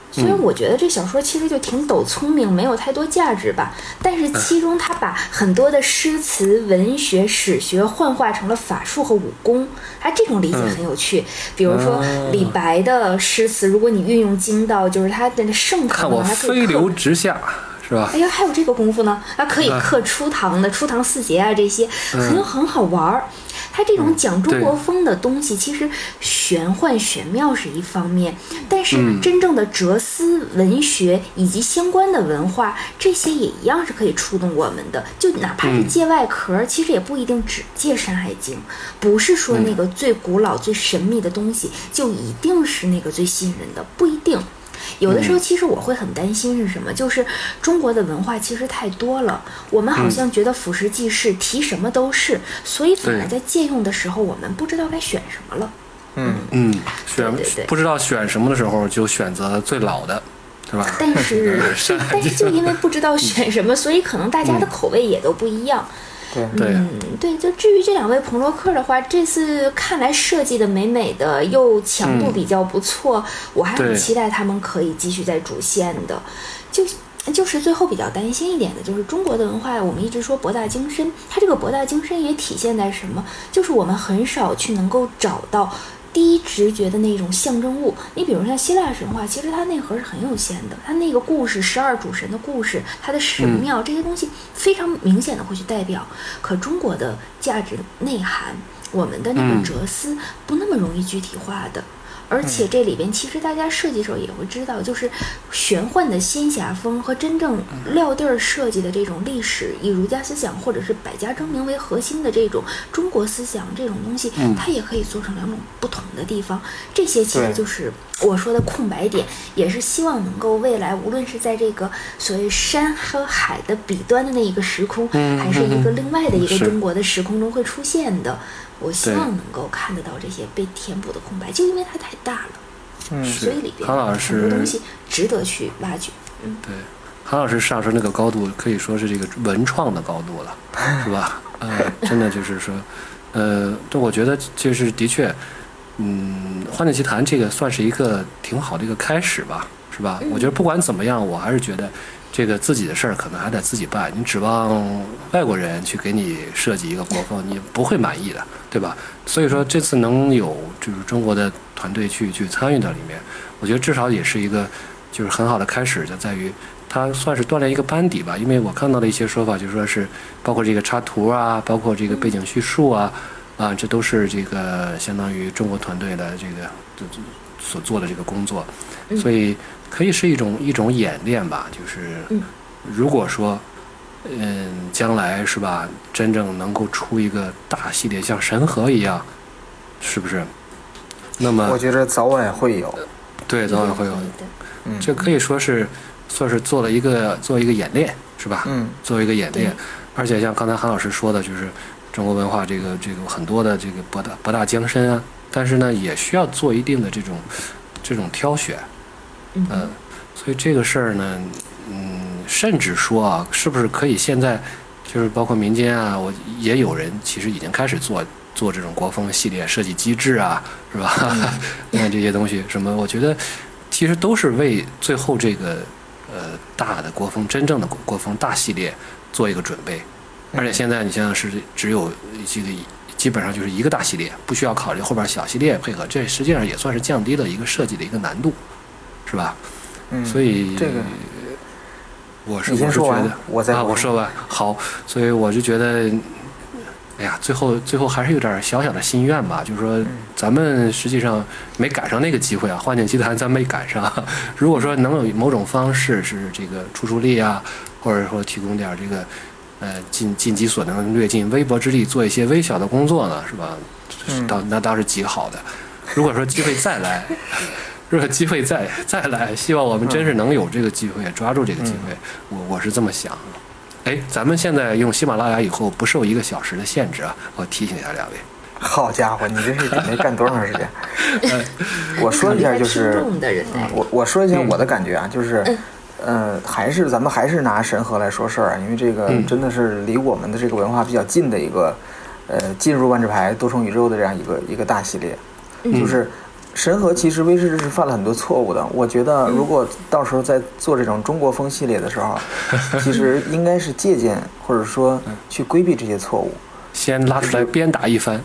Speaker 3: 虽
Speaker 1: 嗯
Speaker 3: 然我觉得这小说其实就挺抖聪明，没有太多价值吧，但
Speaker 1: 嗯
Speaker 3: 是其中他把很多的诗词、文学、史学幻化成了法术和武功，他这种理
Speaker 1: 嗯
Speaker 3: 解很有趣。比如说
Speaker 1: 哦
Speaker 3: 李白的诗词，如果你运用精到，就是他的盛
Speaker 1: 看
Speaker 3: 唐
Speaker 1: 我
Speaker 3: 啊，还可以
Speaker 1: 飞
Speaker 3: 刻
Speaker 1: 流直下，是吧
Speaker 3: 哎？呀，还有这个功夫呢，啊，可以
Speaker 1: 啊嗯
Speaker 3: 刻初唐的初唐四杰啊，这些很很好玩儿。它这种讲中国风的东西，其实玄幻玄妙是一方面，但是真正的哲思、文学以及相关的文化，这些也一样是可以触动我们的。就哪怕是借外壳儿，其实也不一定只借《山海经》，不是说那个最古老、最神秘的东西就一定是那个最吸引人的，不一定。有的时候，其实我会很担心是什么？就是中国的文化其实太多了，我们好像觉得俯拾即是，提什么都是，所以反而
Speaker 1: 对
Speaker 3: 在借用的时候，我们不知道该选什么了。
Speaker 1: 嗯，选
Speaker 3: 对对
Speaker 1: 不知道选什么的时候就选择最老的，是吧？，
Speaker 3: 但 是嗯
Speaker 1: 山海
Speaker 3: 但是
Speaker 1: 经
Speaker 3: 就因为不知道选什么，所以可能大家的口味也都不一样。
Speaker 2: 对
Speaker 1: 对，
Speaker 3: 嗯，对，就至于这两位朋洛克的话，这次看来设计的美美的，又强度比较不错，我还很
Speaker 1: 对
Speaker 3: 期待他们可以继续在主线的。就就是最后比较担心一点的，就是中国的文化，我们一直说博大精深，它这个博大精深也体现在什么？就是我们很少去能够找到。第一直觉的那种象征物，你比如像希腊神话，其实它内核是很有限的，它那个故事，十二主神的故事，它的神庙、这些东西非常明显的会去代表。可中国的价值内涵，我们的那个
Speaker 1: 嗯
Speaker 3: 哲思不那么容易具体化的。而且这里边其实大家设计的时候也会知道，就是玄幻的仙侠风和真正撂地儿设计的这种历史，以儒家思想或者是百家争鸣为核心的这种中国思想这种东西，它也可以做成两种不同的地方。这些其实
Speaker 2: 对
Speaker 3: 就是我说的空白点，也是希望能够未来无论是在这个所谓山和海的彼端的那一个时空，
Speaker 1: 嗯
Speaker 3: 还是一个另外的一个
Speaker 1: 是
Speaker 3: 中国的时空中会出现的。我希
Speaker 1: 对
Speaker 3: 望能够看得到这些被填补的空白，就因为它太大了。所
Speaker 1: 是
Speaker 3: 以里边
Speaker 1: 韩老
Speaker 3: 很多
Speaker 1: 师
Speaker 3: 东西值得去挖掘。
Speaker 1: 对，韩老师上升那个高度，可以说是这个文创的高度了，是吧？呃，真的就是说，呃，这我觉得就是的确，嗯，《幻境奇谭》这个算是一个挺好的一个开始吧，是吧？我觉得不管怎么样，我还是觉得这个自己的事儿可能还得自己办，你指望外国人去给你设计一个国风，你不会满意的，对吧？所以说这次能有就是中国的团队去去参与到里面，我觉得至少也是一个就是很好的开始，就在于它算是锻炼一个班底吧。因为我看到的一些说法，就说是包括这个插图啊，包括这个背景叙述啊，啊，这都是这个相当于中国团队的这个这这所做的这个工作，所以可以是一种一种演练吧。就是
Speaker 3: 嗯
Speaker 1: 如果说。嗯，将来是吧？真正能够出一个大系列，像神河一样，是不是？那么
Speaker 2: 我觉得早晚会有，
Speaker 1: 对，早晚会有
Speaker 3: 对
Speaker 2: 嗯
Speaker 1: 这可以说是算是做了一个做一个演练，是吧？
Speaker 2: 嗯
Speaker 1: 做一个演练
Speaker 3: 对，
Speaker 1: 而且像刚才韩老师说的，就是中国文化这个这个很多的这个博大博大精深啊，但是呢，也需要做一定的这种这种挑选，嗯、呃，所以这个事儿呢，嗯，甚至说啊，是不是可以现在就是包括民间啊，我也有人其实已经开始做做这种国风系列设计机制啊，是吧？ 那这些东西什么，我觉得其实都是为最后这个呃大的国风真正的国国风大系列做一个准备。而且现在你想想是只有这个基本上就是一个大系列，不需要考虑后边小系列配合，这实际上也算是降低了一个设计的一个难度，是吧？
Speaker 2: 嗯，
Speaker 1: 所以
Speaker 2: 这个
Speaker 1: 我是
Speaker 2: 你
Speaker 1: 我
Speaker 2: 先
Speaker 1: 是
Speaker 2: 说
Speaker 1: 觉
Speaker 2: 完
Speaker 1: 得，
Speaker 2: 我再
Speaker 1: 啊，我
Speaker 2: 补充
Speaker 1: 说吧，好，所以我就觉得，哎呀，最后最后还是有点小小的心愿吧，就是说
Speaker 2: 嗯
Speaker 1: 咱们实际上没赶上那个机会啊，幻境奇谭咱没赶上。 如果说能有某种方式是这个出出力啊，或者说提供点这个呃尽尽己所能略尽微薄之力做一些微小的工作呢，是吧？
Speaker 2: 嗯
Speaker 1: 当那当是极好的。如果说机会再来， 如果机会再再来，希望我们真是
Speaker 2: 嗯
Speaker 1: 能有这个机会，抓住这个机会。我我是这么想的。哎，咱们现在用喜马拉雅以后不受一个小时的限制啊！我提醒一下两位，
Speaker 2: 好家伙，你这是准备干多长 时间？我说一下就是嗯
Speaker 4: 听众的
Speaker 1: 啊
Speaker 4: 嗯人
Speaker 3: 哎
Speaker 4: 来，
Speaker 2: 我我说一下我的感觉啊，就是，呃，还是咱们还是拿神河来说事儿啊，因为这个
Speaker 1: 嗯
Speaker 2: 真的是离我们的这个文化比较近的一个，呃，进入万智牌多重宇宙的这样一个一个大系列，
Speaker 4: 嗯
Speaker 2: 就是神河其实威士忌是犯了很多错误的，我觉
Speaker 4: 嗯
Speaker 2: 得如果到时候在做这种中国风系列的时候，其实应该是借鉴或者说去规避这些错误，
Speaker 1: 先拉出来鞭打一番。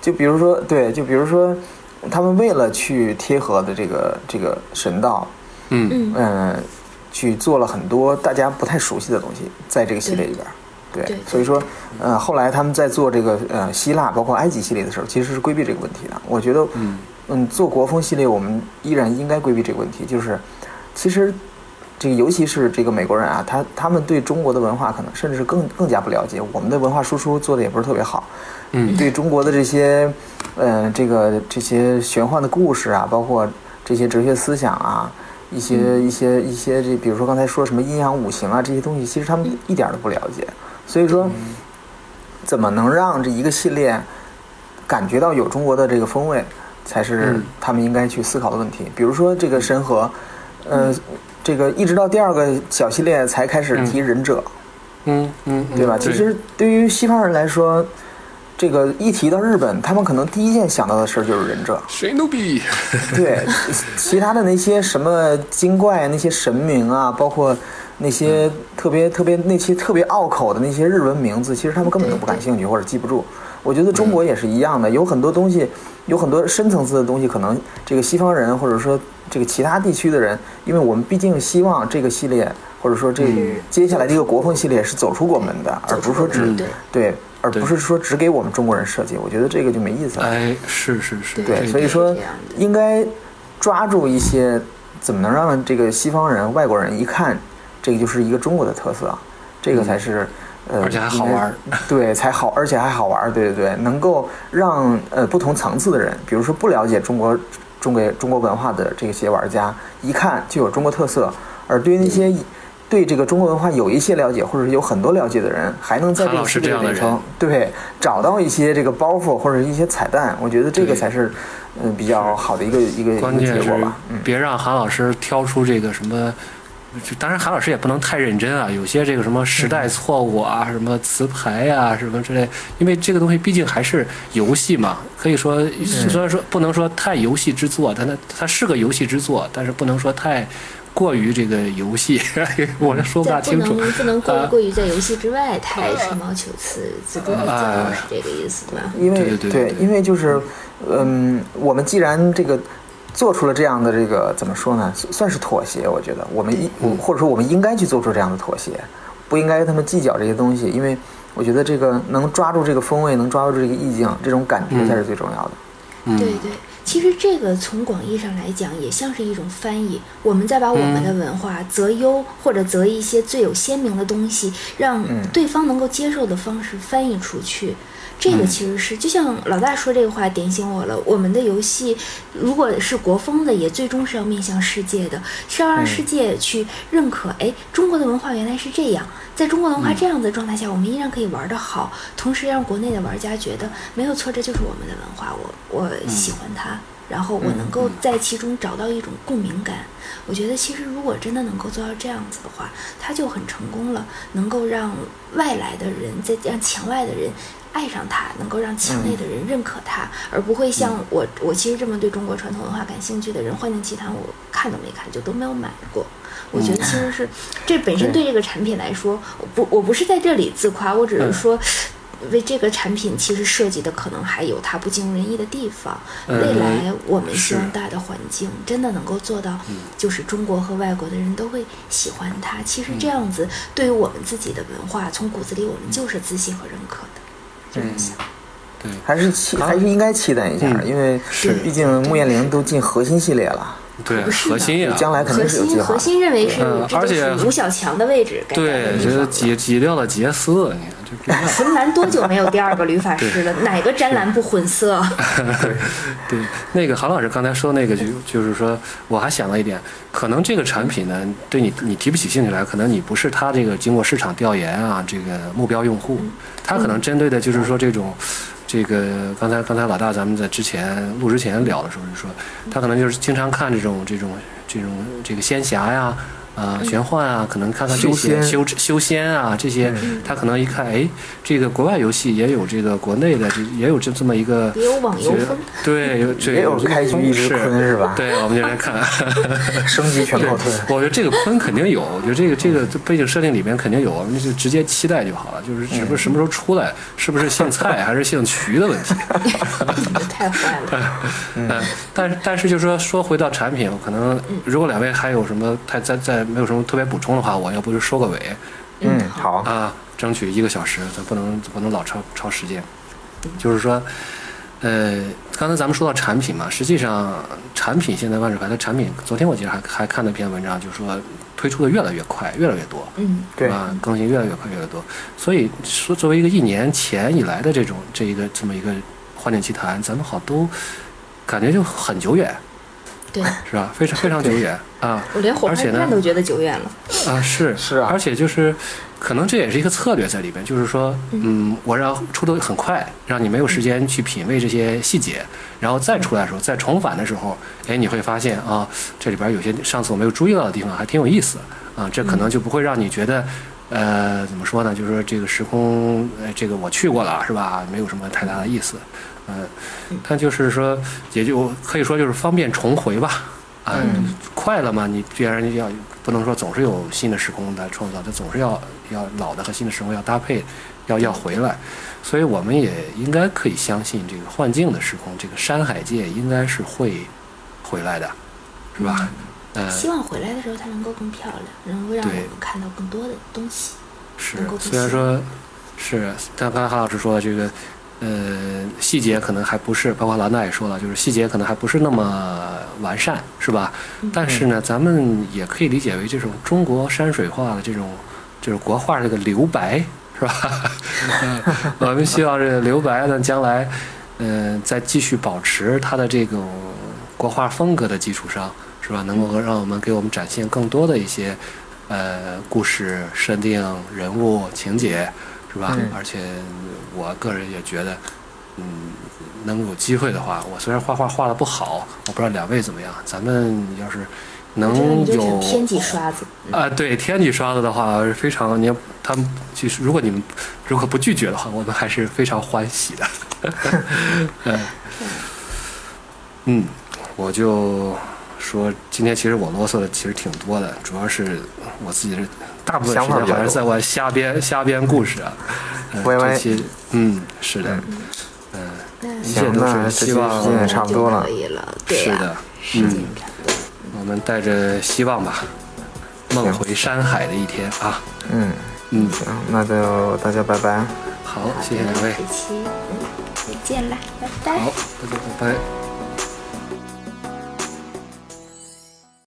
Speaker 2: 就比如说，对，就比如说，他们为了去贴合的这个这个神道，
Speaker 1: 嗯
Speaker 2: 嗯、去做了很多大家不太熟悉的东西，在这个系列里边儿。对，
Speaker 4: 对
Speaker 2: 所以说，呃，后来他们在做这个呃希腊包括埃及系列的时候，其实是规避这个问题的。我觉得，嗯做国风系列，我们依然应该规避这个问题，就是其实。这个尤其是这个美国人啊，他他们对中国的文化可能甚至是更更加不了解，我们的文化输出做的也不是特别好，
Speaker 1: 嗯
Speaker 2: 对中国的这些，呃，这个这些玄幻的故事啊，包括这些哲学思想啊，一些、
Speaker 1: 嗯
Speaker 2: 一些一些这，比如说刚才说什么阴阳五行啊这些东西，其实他们一点儿都不了解。所以说，
Speaker 1: 嗯
Speaker 2: 怎么能让这一个系列感觉到有中国的这个风味，才是
Speaker 1: 嗯
Speaker 2: 他们应该去思考的问题。比如说这个神和，
Speaker 1: 嗯
Speaker 2: 呃，这个一直到第二个小系列才开始提忍者。
Speaker 1: 嗯嗯，嗯。
Speaker 2: 对吧？其实对于西方人来说，这个一提到日本，他们可能第一件想到的事儿就是忍者
Speaker 1: 谁牛逼？
Speaker 2: 对，其他的那些什么精怪、那些神明啊，包括那些特别特别那些特别拗口的那些日文名字，其实他们根本都不感兴趣或者记不住。我觉得中国也是一样的，有很多东西，有很多深层次的东西，可能这个西方人或者说这个其他地区的人，因为我们毕竟希望这个系列或者说这接下来这个国风系列是走出国门的，而不是说只
Speaker 4: 对
Speaker 2: 对，而不是说只给我们中国人设计。我觉得这个就没意思了。
Speaker 1: 哎，是是是，这
Speaker 2: 对，所以说
Speaker 4: 这样
Speaker 2: 应该抓住一些怎么能让这个西方人、外国人一看，这个就是一个中国的特色，啊这个才是、呃，
Speaker 1: 而且还好玩儿
Speaker 2: 应该， 对，才好，而且还好玩儿，对对对，能够让呃不同层次的人，比如说不了解中国中国中国文化的这些玩家，一看就有中国特色，而对于那些。对这个中国文化有一些了解，或者是有很多了解的人，还能在这
Speaker 1: 韩
Speaker 2: 个
Speaker 1: 老师
Speaker 2: 系列
Speaker 1: 这样的
Speaker 2: 里
Speaker 1: 人
Speaker 2: 头对，找到一些这个包袱或者一些彩蛋，我觉得这个
Speaker 1: 对
Speaker 2: 才是，嗯，比较好的一个一个一个
Speaker 1: 关键
Speaker 2: 结
Speaker 1: 是
Speaker 2: 果吧。嗯，
Speaker 1: 别让韩老师挑出这个什么。就当然，韩老师也不能太认真啊，有些这个什么时
Speaker 2: 嗯
Speaker 1: 代错误啊、什么词牌呀、什么之类，因为这个东西毕竟还是游戏嘛，可以说
Speaker 2: 嗯
Speaker 1: 虽然说不能说太游戏之作，但它它是个游戏之作，但是不能说太过于这个游戏， 我
Speaker 2: 嗯
Speaker 1: 这说不大
Speaker 4: 在不
Speaker 1: 清楚。
Speaker 4: 能不能
Speaker 1: 啊
Speaker 4: 过过于在游戏之外太吹毛求疵，子多语教是这个意思吧？
Speaker 2: 因为
Speaker 1: 对对对对对
Speaker 2: 因为就是，嗯，我们既然这个做出了这样的这个怎么说呢，算算是妥协，我觉得我们应、
Speaker 1: 嗯
Speaker 2: 或者说我们应该去做出这样的妥协，不应该跟他们计较这些东西，因为我觉得这个能抓住这个风味，能抓住这个意境，这种感
Speaker 1: 嗯
Speaker 2: 觉才是最重要的。
Speaker 4: 对对，其实这个从广义上来讲，也像是一种翻译。我们在把我们的文化择优或者择一些最有鲜明的东西，让对方能够接受的方式翻译出去。这个其实是就像老大说这个话点醒我了。我们的游戏如果是国风的，也最终是要面向世界的，是要让世界去认可。哎，中国的文化原来是这样，
Speaker 3: 在中国文化这样的状态下，我们依然可以玩得好，同时让国内的玩家觉得没有错，这就是我们的文化，我我喜欢它。然后我能够在其中找到一种共鸣感，我觉得其实如果真的能够做到这样子的话，它就很成功了，能够让外来的人，再让墙外的人爱上它，能够让墙
Speaker 1: 嗯
Speaker 3: 内的人认可它，而不会像我，我其实这么对中国传统文化感兴趣的人，《幻境奇谭》我看都没看，就都没有买过。我觉得其
Speaker 1: 嗯
Speaker 3: 实是这本身对这个产品来说，我不我不是在这里自夸，我
Speaker 1: 嗯
Speaker 3: 只是说。为这个产品其实设计的可能还有它不尽如人意的地方。
Speaker 1: 嗯
Speaker 3: 未来我们希望
Speaker 1: 是嗯
Speaker 3: 大的环境真的能够做到，就是中国和外国的人都会喜欢它。其实这样子，对于我们自己的文化，从骨子里我们就是自信和认可的。就这么想。
Speaker 1: 对，
Speaker 2: 还是期还是应该期待一下，
Speaker 1: 嗯
Speaker 2: 因为
Speaker 1: 是
Speaker 2: 毕竟穆彦玲都进核心系列了，
Speaker 1: 对，
Speaker 3: 不是的
Speaker 1: 核心呀、
Speaker 2: 将来肯
Speaker 3: 核
Speaker 2: 定是有计
Speaker 3: 心
Speaker 2: 划
Speaker 3: 核。心认为是
Speaker 1: 嗯，
Speaker 3: 这
Speaker 1: 而
Speaker 3: 就
Speaker 1: 且
Speaker 3: 是吴小强的位置改变的
Speaker 1: 对，
Speaker 3: 地
Speaker 1: 这
Speaker 3: 方
Speaker 1: 是
Speaker 3: 了。
Speaker 1: 挤挤掉了杰斯，你看这不一样。
Speaker 3: 浑南多久没有第二个吕法 师了？哪个展览不混色？
Speaker 1: 对，那个韩老师刚才说那个就就是说，我还想了一点，可能这个产品呢，对你你提不起兴趣来，可能你不是它这个经过市场调研啊，这个目标用户，它可能针对的就是说这种。这个刚才刚才老大咱们在之前录之前聊的时候就说，他可能就是经常看这种这种这种这个仙侠呀、啊、玄幻啊，可能看看这
Speaker 2: 修
Speaker 1: 些
Speaker 2: 仙
Speaker 1: 修修仙啊这些，他可能一看，哎，这个国外游戏也有这个国内的这也有这这么一个
Speaker 3: 也有网游
Speaker 1: 觉得
Speaker 3: 风。
Speaker 1: 对，有这
Speaker 2: 也有开局一只鲲是吧
Speaker 1: 对，我们就来看。
Speaker 2: 升级全
Speaker 1: 对
Speaker 2: 靠推。，
Speaker 1: 我觉得这个鲲肯定有，我觉得这个这个
Speaker 2: 嗯
Speaker 1: 背景设定里面肯定有，我们就直接期待就好了。就是
Speaker 2: 嗯
Speaker 1: 只不过什么时候出来，是不是姓 蔡还是姓徐的问题。
Speaker 3: 太坏了！
Speaker 1: 嗯，但是但是就是说说回到产品，可能
Speaker 2: 嗯
Speaker 1: 如果两位还有什么太再再没有什么特别补充的话，我要不就收个尾
Speaker 2: 嗯，好，
Speaker 1: 啊，争取一个小时，咱不能不能老超超时间。就是说，呃，刚才咱们说到产品嘛，实际上产品现在万智牌的产品，昨天我记得还还看了一篇文章，就是说推出的越来越快，越来越多，
Speaker 3: 嗯，
Speaker 2: 对，
Speaker 1: 啊，更新越来越快，越来越多。所以说，作为一个一年前以来的这种这一个这么一个幻境奇谭，咱们好都感觉就很久远，
Speaker 3: 对
Speaker 1: 是吧？非常非常久远啊
Speaker 3: 我连火
Speaker 1: 而
Speaker 3: 花
Speaker 1: 且呢
Speaker 3: 站都觉得久远了。
Speaker 1: 啊是
Speaker 2: 是啊
Speaker 1: 而且就是可能这也是一个策略在里边，就是说，嗯，我让出的很快，让你没有时间去品味这些细节，然后再出来的时候，再重返的时候，哎，你会发现啊，这里边有些上次我没有注意到的地方还挺有意思啊，这可能就不会让你觉得。呃，怎么说呢？就是说这个时空，呃，这个我去过了，是吧？没有什么太大的意思，嗯、但就是说，也就可以说就是方便重回吧，啊、快了嘛，你必然要不能说总是有新的时空的创造，它总是要要老的和新的时空要搭配，要要回来，所以我们也应该可以相信这个幻境的时空，这个山海界应该是会回来的，是吧？呃，
Speaker 3: 希望回来的时候它能够更漂亮，能够让我
Speaker 1: 对
Speaker 3: 们看到更多的东西。
Speaker 1: 是
Speaker 3: 能够，不
Speaker 1: 虽然
Speaker 3: 信
Speaker 1: 说是，但刚才韩老师说的这个，呃，细节可能还不是，包括兰娜也说了，就是细节可能还不是那么完善，是吧？
Speaker 3: 嗯
Speaker 1: 但是呢，咱们也可以理解为这种中国山水画的这种，就是国画这个留白，是 吧？嗯我们希望这个留白呢，将来，嗯，再继续保持它的这种国画风格的基础上，是吧？能够让我们给我们展现更多的一些，呃，故事设定、人物、情节，是吧？
Speaker 2: 嗯
Speaker 1: 而且我个人也觉得，嗯，能有机会的话，我虽然画画画的不好，我不知道两位怎么样，咱们要是
Speaker 3: 我觉得
Speaker 1: 能
Speaker 3: 嗯你就
Speaker 1: 嗯有
Speaker 3: 成天际刷子，
Speaker 1: 啊、对天体刷子的话是非常，你要他们就是如果你们如果不拒绝的话，我们还是非常欢喜的。 嗯嗯，我就说今天其实我啰嗦的其实挺多的，主要是我自己的大部分
Speaker 2: 想
Speaker 1: 时
Speaker 2: 法
Speaker 1: 间
Speaker 2: 比较
Speaker 1: 还是
Speaker 2: 多
Speaker 1: 在我瞎编瞎编故事啊。呃
Speaker 2: 歪歪
Speaker 1: 这期嗯是的，嗯、
Speaker 3: 那
Speaker 1: 一
Speaker 3: 时
Speaker 1: 切
Speaker 2: 行
Speaker 1: 都
Speaker 2: 那
Speaker 1: 是
Speaker 2: 这
Speaker 1: 希
Speaker 2: 期
Speaker 1: 望
Speaker 2: 时间也差不多了
Speaker 3: 可以了。对啊
Speaker 1: 是
Speaker 3: 呀、
Speaker 1: 的，嗯
Speaker 3: 时间差不多。
Speaker 1: 我们带着希望吧，梦
Speaker 2: 行
Speaker 1: 回山海的一天啊，
Speaker 2: 嗯，
Speaker 1: 嗯。
Speaker 2: 行，那就大家拜拜。
Speaker 1: 好，谢谢两位。
Speaker 3: 这期嗯，再见啦，拜拜。
Speaker 1: 好，大家拜拜。